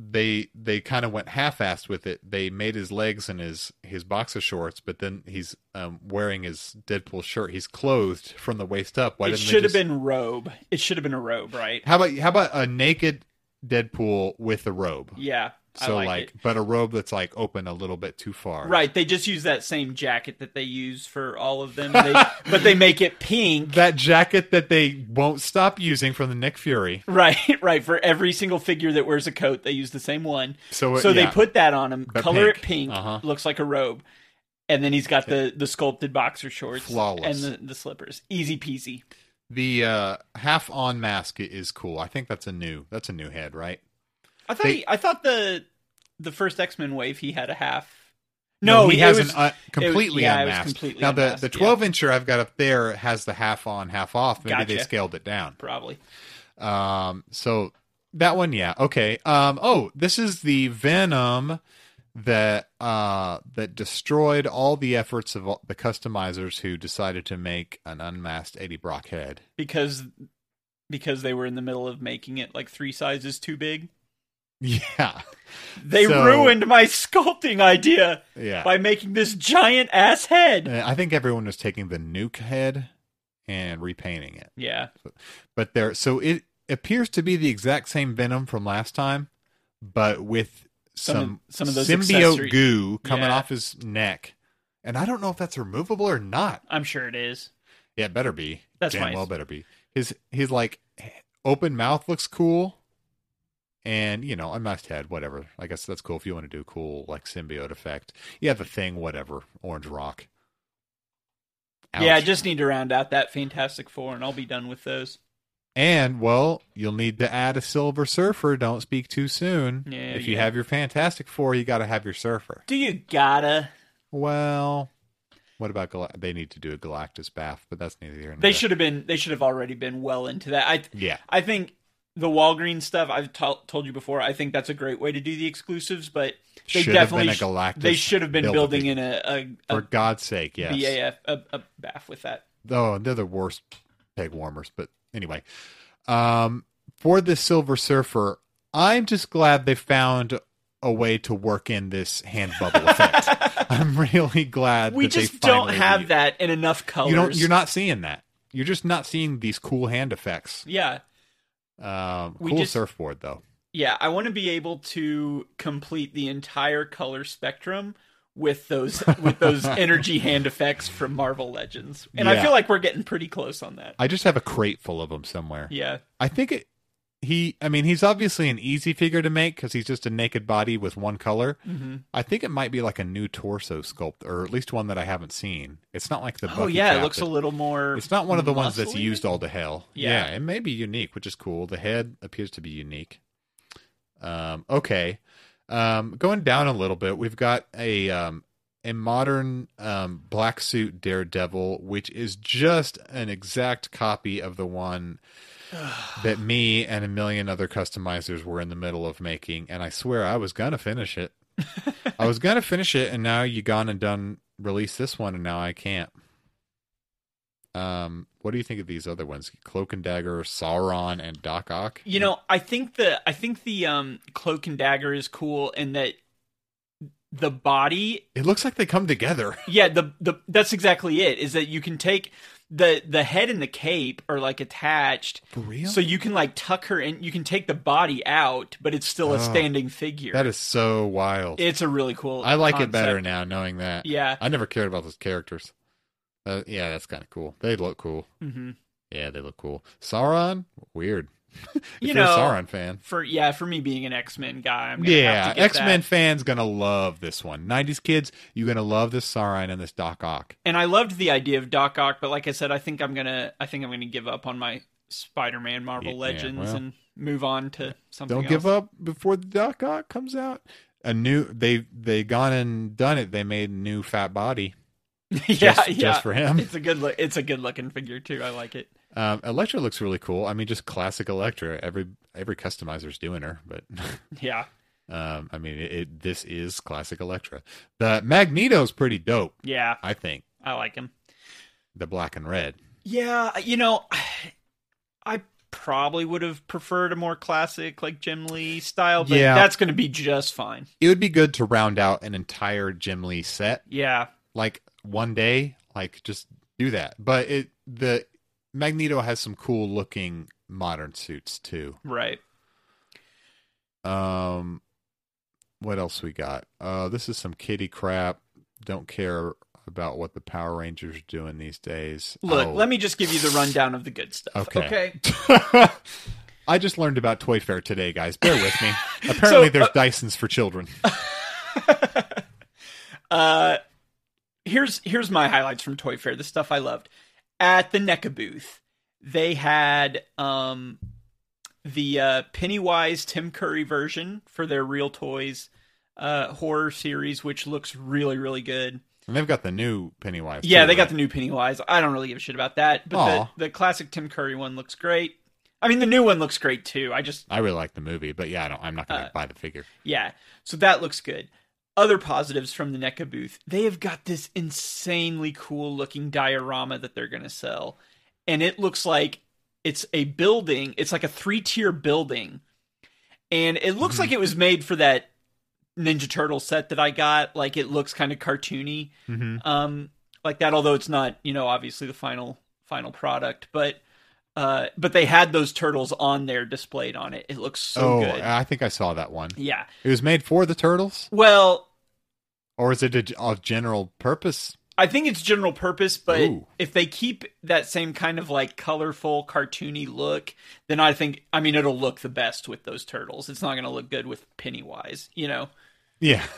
Speaker 2: they they kind of went half-assed with it. They made his legs and his his boxer shorts, but then he's um, wearing his Deadpool shirt. He's clothed from the waist up. Why
Speaker 1: it
Speaker 2: didn't they
Speaker 1: should have
Speaker 2: just-
Speaker 1: been robe. It should have been a robe, right?
Speaker 2: How about how about a naked Deadpool with a robe.
Speaker 1: Yeah.
Speaker 2: So
Speaker 1: I like,
Speaker 2: like,
Speaker 1: it.
Speaker 2: but a robe that's like open a little bit too far.
Speaker 1: Right, they just use that same jacket that they use for all of them, they, but they make it pink.
Speaker 2: That jacket that they won't stop using from the Nick Fury.
Speaker 1: Right, right. For every single figure that wears a coat, they use the same one.
Speaker 2: So, uh,
Speaker 1: so they
Speaker 2: yeah.
Speaker 1: put that on him,
Speaker 2: But
Speaker 1: color it pink,
Speaker 2: pink. Uh-huh.
Speaker 1: looks like a robe, and then he's got the the sculpted boxer shorts,
Speaker 2: Flawless.
Speaker 1: and the, the slippers. Easy peasy.
Speaker 2: The uh, half on mask i- is cool. I think that's a new that's a new head, right?
Speaker 1: I thought
Speaker 2: They-
Speaker 1: he, I thought the the first X Men wave he had a half.
Speaker 2: he
Speaker 1: it
Speaker 2: has
Speaker 1: was-
Speaker 2: an uh, un- completely
Speaker 1: yeah, it was
Speaker 2: unmasked.
Speaker 1: completely
Speaker 2: now
Speaker 1: unmasked,
Speaker 2: the the
Speaker 1: yeah.
Speaker 2: twelve incher I've got up there has the half on half off. Maybe they
Speaker 1: Gotcha.
Speaker 2: scaled it down.
Speaker 1: probably.
Speaker 2: Um, so that one, yeah, okay. Um, oh, this is the Venom that uh that destroyed all the efforts of all, the customizers who decided to make an unmasked Eddie Brock head.
Speaker 1: because because they were in the middle of making it like three sizes too big.
Speaker 2: Yeah,
Speaker 1: They
Speaker 2: So-
Speaker 1: ruined my sculpting idea
Speaker 2: yeah.
Speaker 1: by making this giant ass head.
Speaker 2: Uh, I think everyone was taking the nuke head and repainting it,
Speaker 1: Yeah,
Speaker 2: but there. So it appears to be the exact same Venom from last time, but with some
Speaker 1: Some- some of those
Speaker 2: symbiote
Speaker 1: accessory-
Speaker 2: goo coming
Speaker 1: Yeah.
Speaker 2: off his neck. And I don't know if that's removable or not.
Speaker 1: I'm sure it is.
Speaker 2: Yeah, it better be.
Speaker 1: That's
Speaker 2: Damn
Speaker 1: why
Speaker 2: well
Speaker 1: it's-
Speaker 2: better be. His his like open mouth looks cool. And you know, unmasked head, whatever. I guess that's cool if you want to do a cool like symbiote effect. Yeah, the thing, whatever. Orange rock.
Speaker 1: Yeah, I
Speaker 2: Ouch.
Speaker 1: just need to round out that Fantastic Four, and I'll be done with those.
Speaker 2: and well, you'll need to add a silver surfer. Don't speak too soon.
Speaker 1: Yeah,
Speaker 2: if you
Speaker 1: yeah.
Speaker 2: have your Fantastic Four, you got to have your surfer.
Speaker 1: Do you gotta?
Speaker 2: Well, what about Gal- they need to do a Galactus bath, but that's neither here nor
Speaker 1: They
Speaker 2: there.
Speaker 1: should have been. They should have already been well into that. I
Speaker 2: Yeah,
Speaker 1: I think the Walgreens stuff. I've to- told you before. I think that's a great way to do the exclusives, but they
Speaker 2: Should have been
Speaker 1: definitely
Speaker 2: a Galactus
Speaker 1: they should have been
Speaker 2: build a
Speaker 1: building
Speaker 2: big-
Speaker 1: in a a,
Speaker 2: for
Speaker 1: a
Speaker 2: God's sake, yes.
Speaker 1: BAF Uh, a, a bath with that.
Speaker 2: oh they're the worst peg warmers but anyway um for this silver surfer i'm just glad they found a way to work in this hand bubble effect i'm really glad
Speaker 1: we
Speaker 2: that they
Speaker 1: just don't
Speaker 2: finally-
Speaker 1: have that in enough colors.
Speaker 2: you don't you're not seeing that you're just not seeing these cool hand effects
Speaker 1: Yeah,
Speaker 2: um
Speaker 1: We
Speaker 2: cool
Speaker 1: just-
Speaker 2: surfboard though
Speaker 1: yeah. I want to be able to complete the entire color spectrum with those with those energy hand effects from Marvel Legends, and I
Speaker 2: Yeah.
Speaker 1: feel like we're getting pretty close on that.
Speaker 2: i just have a crate full of them somewhere
Speaker 1: Yeah,
Speaker 2: i think it he i mean he's obviously an easy figure to make because he's just a naked body with one color
Speaker 1: hmm
Speaker 2: I think it might be like a new torso sculpt, or at least one that I haven't seen. It's not like the
Speaker 1: Oh
Speaker 2: Buffy
Speaker 1: yeah, it
Speaker 2: cap
Speaker 1: looks
Speaker 2: that-
Speaker 1: a little more.
Speaker 2: It's not one of the ones that's
Speaker 1: muscly,
Speaker 2: used
Speaker 1: maybe?
Speaker 2: all to hell.
Speaker 1: Yeah.
Speaker 2: it may be unique, which is cool. The head appears to be unique. Um, okay, um, going down a little bit, we've got a um, a modern um, black suit Daredevil, which is just an exact copy of the one that me and a million other customizers were in the middle of making, and I swear I was gonna finish it. I was gonna finish it, and now you gone and done release this one, and now I can't. Um, what do you think of these other ones? Cloak and Dagger, Sauron, and Doc Ock.
Speaker 1: You know, I think the I think the um, cloak and dagger is cool, in that the body
Speaker 2: it looks like they come together.
Speaker 1: Yeah, the the that's exactly it. Is that you can take the the head and the cape are like attached,
Speaker 2: For real?
Speaker 1: so you can like tuck her in. You can take the body out, but it's still a
Speaker 2: Oh,
Speaker 1: standing figure.
Speaker 2: that is so wild.
Speaker 1: it's a really cool.
Speaker 2: I like it
Speaker 1: concept.
Speaker 2: better now knowing that.
Speaker 1: Yeah.
Speaker 2: I never cared about those characters. Uh, yeah, that's kind of cool. They look cool.
Speaker 1: hmm
Speaker 2: Yeah, they look cool. Sauron, weird. if
Speaker 1: You
Speaker 2: you are
Speaker 1: know,
Speaker 2: a Sauron fan.
Speaker 1: For yeah, for me being an X Men guy, I'm gonna
Speaker 2: Yeah,
Speaker 1: have to get
Speaker 2: X Men
Speaker 1: that.
Speaker 2: fans gonna love this one. '90s kids, you're gonna love this Sauron and this Doc Ock.
Speaker 1: And I loved the idea of Doc Ock, but like I said, I think I'm gonna I think I'm gonna give up on my Spider Man Marvel
Speaker 2: Yeah, yeah,
Speaker 1: Legends
Speaker 2: well.
Speaker 1: and move on to something.
Speaker 2: Don't
Speaker 1: else.
Speaker 2: give up before the Doc Ock comes out. A new they they gone and done it. They made a new fat body
Speaker 1: yeah,
Speaker 2: just,
Speaker 1: yeah.
Speaker 2: just for him.
Speaker 1: It's a good look. It's a good looking figure too. I like it.
Speaker 2: Um, Electra looks really cool. I mean, just classic Electra. Every every customizer's doing her, but
Speaker 1: Yeah.
Speaker 2: um, I mean, it, it this is classic Electra. The Magneto's pretty dope,
Speaker 1: Yeah,
Speaker 2: I think.
Speaker 1: I like him.
Speaker 2: The black and red.
Speaker 1: Yeah, you know, I probably would have preferred a more classic like Jim Lee style, but
Speaker 2: Yeah.
Speaker 1: that's going to be just fine.
Speaker 2: It would be good to round out an entire Jim Lee set,
Speaker 1: Yeah,
Speaker 2: like one day, like just do that. But it the Magneto has some cool looking modern suits too.
Speaker 1: right.
Speaker 2: Um, what else we got? Uh, this is some kitty crap. Don't care about what the Power Rangers are doing these days.
Speaker 1: Look,
Speaker 2: Oh.
Speaker 1: let me just give you the rundown of the good stuff.
Speaker 2: Okay.
Speaker 1: Okay.
Speaker 2: I just learned about Toy Fair today, guys. Bear with me. Apparently,
Speaker 1: So,
Speaker 2: there's Dysons for children.
Speaker 1: Uh, here's here's my highlights from Toy Fair. The stuff I loved at the NECA booth. They had um the uh, Pennywise Tim Curry version for their Real Toys uh, horror series, which looks really really good.
Speaker 2: And they've got the new Pennywise.
Speaker 1: Yeah,
Speaker 2: too,
Speaker 1: they got
Speaker 2: right?
Speaker 1: the new Pennywise. I don't really give a shit about that, but
Speaker 2: Aw.
Speaker 1: the, the classic Tim Curry one looks great. I mean, the new one looks great too. I just
Speaker 2: I really like the movie, but yeah, I don't. I'm not
Speaker 1: Uh,
Speaker 2: going to buy the figure.
Speaker 1: Yeah. So that looks good. Other positives from the NECA booth. They have got this insanely cool looking diorama that they're going to sell. And it looks like it's a building, it's like a three tier building. And it looks like it was made for that Ninja Turtle set that I got. Like it looks kind of cartoony
Speaker 2: Mm-hmm.
Speaker 1: um like that although it's not you know obviously the final final product but uh but they had those turtles on there displayed on it it looks so
Speaker 2: oh,
Speaker 1: good
Speaker 2: I think I saw that one.
Speaker 1: yeah
Speaker 2: It was made for the turtles,
Speaker 1: well
Speaker 2: or is it a, of general purpose?
Speaker 1: i think it's general purpose but
Speaker 2: Ooh.
Speaker 1: if they keep that same kind of like colorful cartoony look then i think i mean it'll look the best with those turtles it's not going to look good with pennywise you know
Speaker 2: Yeah.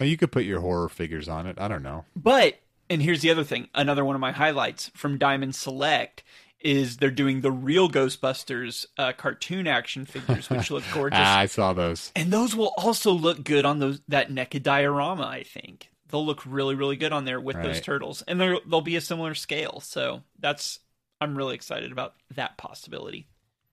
Speaker 2: Well, you could put your horror figures on it. I don't know.
Speaker 1: But and here's the other thing. Another one of my highlights from Diamond Select is they're doing the real Ghostbusters uh, cartoon action figures, which look gorgeous,
Speaker 2: Ah, I saw those.
Speaker 1: and those will also look good on those that NECA diorama. I think they'll look really, really good on there with those
Speaker 2: Right.
Speaker 1: turtles, and they're- they'll be a similar scale. So that's I'm really excited about that possibility.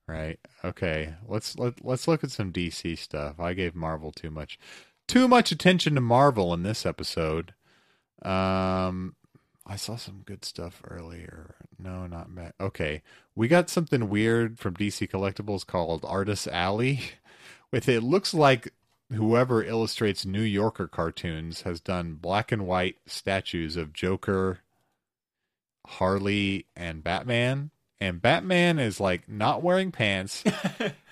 Speaker 2: Right. Okay. Let's let, let's look at some DC stuff. I gave Marvel too much too much attention to Marvel in this episode. Um I saw some good stuff earlier. No, not Matt. Okay. We got something weird from DC Collectibles called Artist Alley with it looks like whoever illustrates New Yorker cartoons has done black and white statues of Joker, Harley, and Batman. And Batman is like not wearing pants,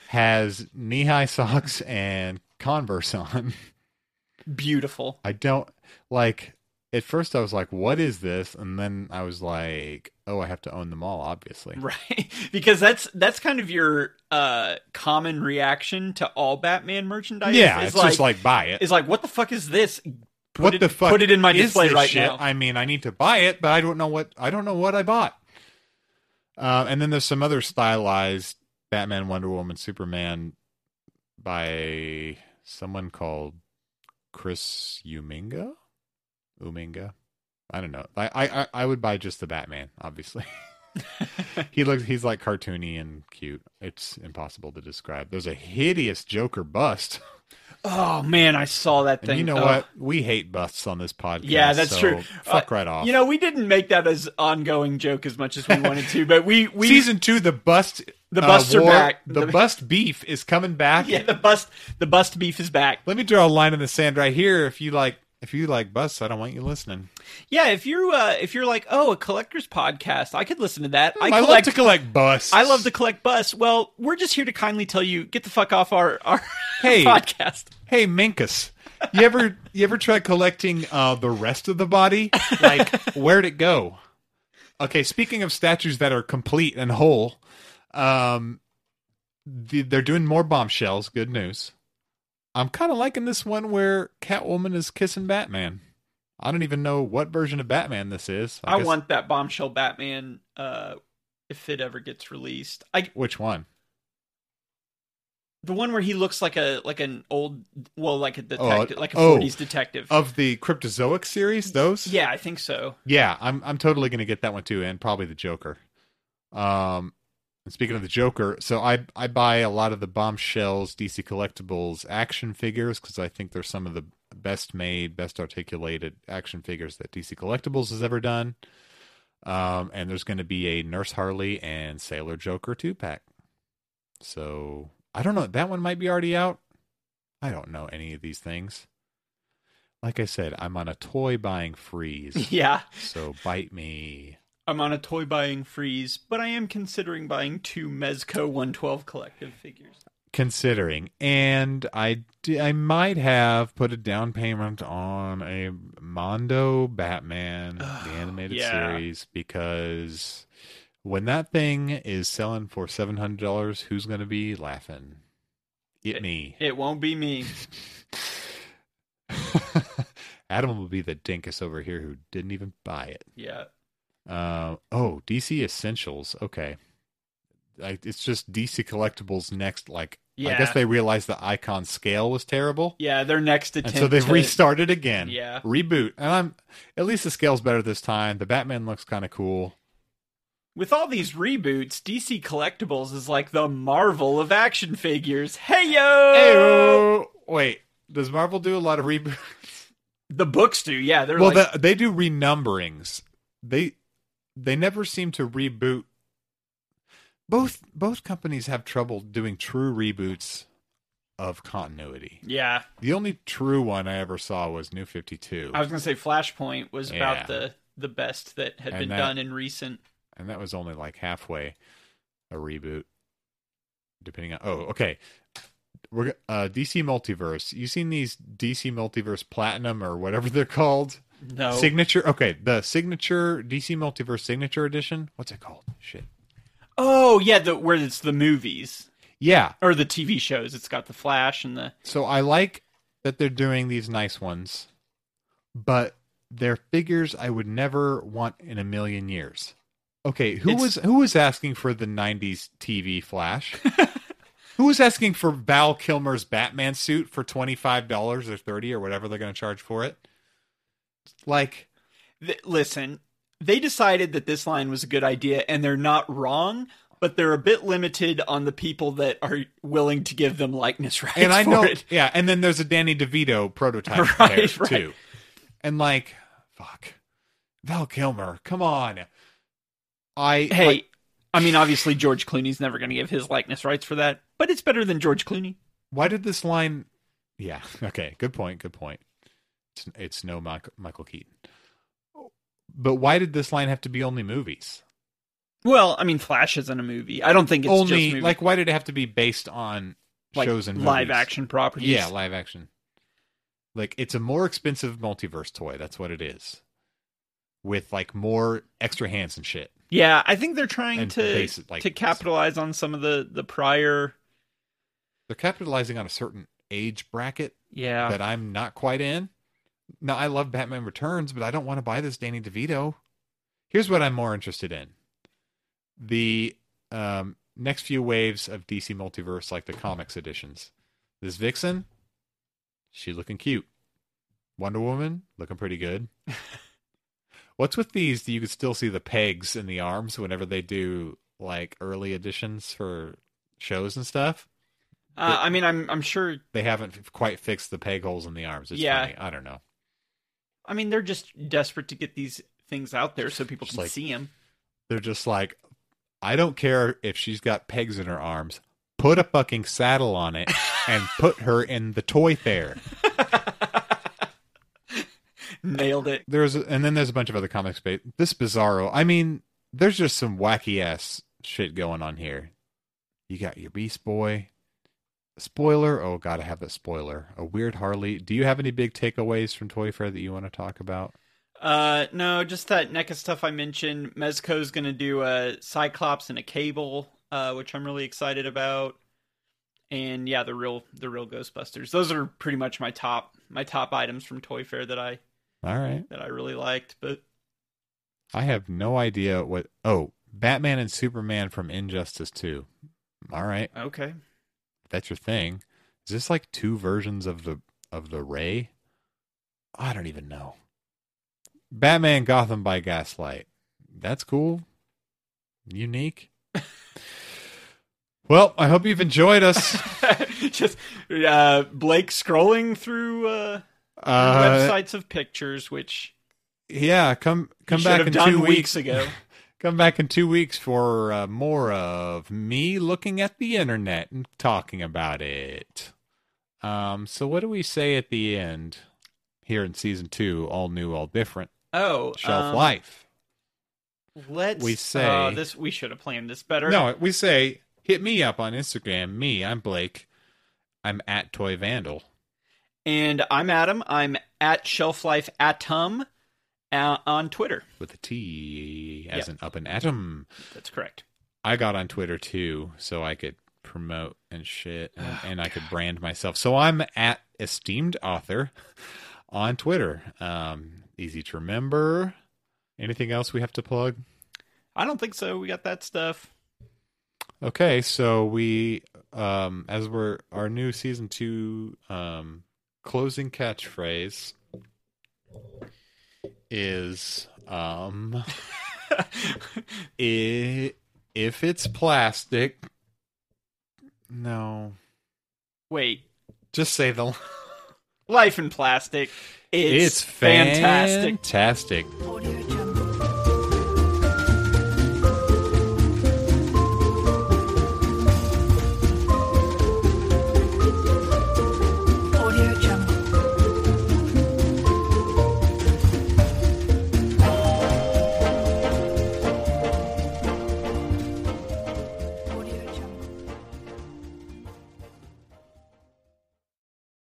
Speaker 2: has knee high socks and Converse on.
Speaker 1: Beautiful.
Speaker 2: I don't like at first I was like, what is this? And then I was like, oh, I have to own them all, obviously.
Speaker 1: Right, because that's that's kind of your uh, common reaction to all Batman merchandise.
Speaker 2: Yeah,
Speaker 1: is
Speaker 2: it's just like buy it.
Speaker 1: is like, what the fuck is this? Put
Speaker 2: what
Speaker 1: it,
Speaker 2: the fuck?
Speaker 1: Put it in my
Speaker 2: is
Speaker 1: display
Speaker 2: this
Speaker 1: right
Speaker 2: shit?
Speaker 1: now.
Speaker 2: I mean, I need to buy it, but I don't know what I don't know what I bought. Uh, and then there's some other stylized Batman, Wonder Woman, Superman by someone called Chris Uminga. Uminga, I don't know. I I I- I would buy just the Batman, obviously. he looks he's like cartoony and cute. It's impossible to describe. There's a hideous Joker bust.
Speaker 1: oh man, I saw that
Speaker 2: And
Speaker 1: thing.
Speaker 2: you know
Speaker 1: Oh.
Speaker 2: what? We hate busts on this podcast.
Speaker 1: Yeah, that's
Speaker 2: so
Speaker 1: true.
Speaker 2: Fuck
Speaker 1: Uh,
Speaker 2: right off.
Speaker 1: You know, we didn't make that as ongoing joke as much as we wanted to, but we we
Speaker 2: season two, the bust, uh,
Speaker 1: The busts are
Speaker 2: war-
Speaker 1: back.
Speaker 2: The,
Speaker 1: The-
Speaker 2: bust beef is coming back.
Speaker 1: yeah the bust the bust beef is back.
Speaker 2: Let me draw a line in the sand right here. If you like, if you like busts, I don't want you listening.
Speaker 1: Yeah, if you're uh, if you're like oh a collector's podcast, I could listen to that. I
Speaker 2: I,
Speaker 1: collect.
Speaker 2: love to collect busts.
Speaker 1: I love to collect busts. Well, we're just here to kindly tell you get the fuck off our our
Speaker 2: Hey.
Speaker 1: podcast.
Speaker 2: Hey, Minkus, you ever you ever try collecting uh, the rest of the body? Like, where'd it go? Okay, speaking of statues that are complete and whole, um, the, they're doing more bombshells. Good news. I'm kind of liking this one where Catwoman is kissing Batman. I don't even know what version of Batman this is.
Speaker 1: I,
Speaker 2: guess-
Speaker 1: want that bombshell Batman uh, if it ever gets released. I
Speaker 2: which one?
Speaker 1: The one where he looks like a like an old well like a
Speaker 2: Oh,
Speaker 1: detective like a
Speaker 2: oh.
Speaker 1: forties detective.
Speaker 2: Of the Cryptozoic series, those?
Speaker 1: yeah, I think so.
Speaker 2: Yeah, I'm I'm totally gonna get that one too, and probably the Joker. Um, and speaking of the Joker, so I I buy a lot of the bombshells DC collectibles action figures because I think they're some of the best made, best articulated action figures that DC collectibles has ever done. Um, and there's gonna be a Nurse Harley and Sailor Joker two pack. So I don't know. That one might be already out. I don't know any of these things. Like I said, I'm on a toy buying freeze.
Speaker 1: Yeah,
Speaker 2: So bite me.
Speaker 1: I'm on a toy buying freeze, but I am considering buying two Mezco 112 collective figures.
Speaker 2: considering, and I di- I might have put a down payment on a Mondo Batman the animated
Speaker 1: yeah.
Speaker 2: series because when that thing is selling for seven hundred dollars, who's going to be laughing? It me.
Speaker 1: It won't be me.
Speaker 2: Adam will be the dinkus over here who didn't even buy it.
Speaker 1: Yeah.
Speaker 2: Uh, oh, DC Essentials. Okay. Like it's just DC Collectibles next. Like I
Speaker 1: Yeah.
Speaker 2: guess they realized the icon scale was terrible,
Speaker 1: Yeah, their next attempt.
Speaker 2: and so they've
Speaker 1: to-
Speaker 2: restarted again.
Speaker 1: Yeah.
Speaker 2: reboot. And I'm at least the scale's better this time. The Batman looks kind of cool.
Speaker 1: With all these reboots, DC Collectibles is like the Marvel of action figures. Hey yo!
Speaker 2: Oh wait, does Marvel do a lot of reboot?
Speaker 1: The books do, yeah. They're
Speaker 2: Well,
Speaker 1: like,
Speaker 2: the, they do renumberings. They they never seem to reboot. Both both companies have trouble doing true reboots of continuity.
Speaker 1: yeah.
Speaker 2: The only true one I ever saw was New Fifty Two,
Speaker 1: I was gonna say Flashpoint was
Speaker 2: Yeah.
Speaker 1: about the the best that had
Speaker 2: And
Speaker 1: been
Speaker 2: that-
Speaker 1: done in recent.
Speaker 2: and that was only like halfway a reboot, depending on. Oh, okay. We're go- uh, DC Multiverse. You seen these DC Multiverse Platinum or whatever they're called?
Speaker 1: No,
Speaker 2: Signature. Okay, the signature DC Multiverse Signature Edition. What's it called? Shit.
Speaker 1: oh yeah, the where it's the movies
Speaker 2: Yeah.
Speaker 1: or the TV shows. It's got the Flash and the
Speaker 2: So I like that they're doing these nice ones, but they're figures I would never want in a million years. Okay, who
Speaker 1: It's-
Speaker 2: was who was asking for the '90s TV Flash? who was asking for Val Kilmer's Batman suit for twenty five dollars or thirty or whatever they're going to charge for it? Like,
Speaker 1: th- listen. They decided that this line was a good idea, and they're not wrong. But they're a bit limited on the people that are willing to give them likeness rights.
Speaker 2: and I
Speaker 1: for
Speaker 2: know,
Speaker 1: it.
Speaker 2: yeah. And then there's a Danny DeVito prototype
Speaker 1: Right,
Speaker 2: there
Speaker 1: right.
Speaker 2: too, and like, fuck, Val Kilmer, come on. I
Speaker 1: Hey,
Speaker 2: like-
Speaker 1: I mean, obviously George Clooney's never going to give his likeness rights for that, but it's better than George Clooney.
Speaker 2: why did this line yeah okay good point good point it's, it's no Mike, michael keaton but why did this line have to be only movies
Speaker 1: Well, I mean, Flash isn't a movie. I don't think it's just
Speaker 2: only
Speaker 1: movie,
Speaker 2: like why did it have to be based on shows and
Speaker 1: live
Speaker 2: movies?
Speaker 1: action properties.
Speaker 2: yeah live action like it's a more expensive multiverse toy that's what it is with like more extra hands and shit
Speaker 1: yeah. I think they're trying
Speaker 2: And
Speaker 1: to
Speaker 2: base it like
Speaker 1: to
Speaker 2: this.
Speaker 1: capitalize on some of the the prior.
Speaker 2: they're capitalizing on a certain age bracket
Speaker 1: Yeah,
Speaker 2: that i'm not quite in now i love batman returns but i don't want to buy this danny devito here's what I'm more interested in: the um, next few waves of DC Multiverse, like the comics editions. This Vixen, she looking cute. Wonder Woman looking pretty good. What's with these? You can still see the pegs in the arms whenever they do like early editions for shows and stuff.
Speaker 1: uh, I mean, I'm I'm sure.
Speaker 2: They haven't f- quite fixed the peg holes in the arms. It's
Speaker 1: Yeah.
Speaker 2: funny. I don't know.
Speaker 1: I mean, they're just desperate to get these things out there so people
Speaker 2: Just
Speaker 1: can
Speaker 2: like-
Speaker 1: see them.
Speaker 2: they're just like, I don't care if she's got pegs in her arms. Put a fucking saddle on it and put her in the toy fair.
Speaker 1: Nailed it.
Speaker 2: There's and then there's a bunch of other comics. Ba- this Bizarro. I mean, there's just some wacky ass shit going on here. You got your Beast Boy. Spoiler. Oh, gotta have that spoiler. A weird Harley. Do you have any big takeaways from Toy Fair that you want to talk about?
Speaker 1: Uh, no, just that NECA stuff I mentioned. Mezco's gonna do a Cyclops and a Cable, uh, which I'm really excited about. And yeah, the real the real Ghostbusters. Those are pretty much my top my top items from Toy Fair that I
Speaker 2: All right.
Speaker 1: that I really liked. But
Speaker 2: I have no idea what. Oh, Batman and Superman from Injustice 2. All right,
Speaker 1: okay,
Speaker 2: that's your thing. Is this like two versions of the of the Ray? I don't even know. Batman Gotham by Gaslight. That's cool. Unique. well, I hope you've enjoyed us.
Speaker 1: just uh, Blake scrolling through uh,
Speaker 2: Uh,
Speaker 1: websites of pictures, which
Speaker 2: yeah, come come
Speaker 1: he should
Speaker 2: back
Speaker 1: have
Speaker 2: in
Speaker 1: done
Speaker 2: two
Speaker 1: weeks ago.
Speaker 2: Come back in two weeks for uh, more of me looking at the internet and talking about it. Um, so, what do we say at the end here in season two? All new, all different.
Speaker 1: Oh,
Speaker 2: Shelf
Speaker 1: um, uh,
Speaker 2: life.
Speaker 1: Let's
Speaker 2: We say-
Speaker 1: oh, this. We should have planned this better.
Speaker 2: No, we say Hit me up on Instagram. Me, I'm Blake. I'm at Toy Vandal.
Speaker 1: And I'm Adam. I'm at Shelf Life Atom uh, on Twitter.
Speaker 2: with a T
Speaker 1: Yep.
Speaker 2: as an up and atom.
Speaker 1: That's correct.
Speaker 2: I got on Twitter too, so I could promote and shit, and, and I could brand myself. So I'm at esteemed author on Twitter. Um, easy to remember. Anything else we have to plug?
Speaker 1: I don't think so. We got that stuff.
Speaker 2: Okay, so we um as we're our new season 2 um closing catchphrase is um i- if it's plastic no
Speaker 1: Wait,
Speaker 2: just say the
Speaker 1: Life in Plastic. It's,
Speaker 2: it's fantastic.
Speaker 1: fantastic.
Speaker 2: fantastic.
Speaker 3: Audio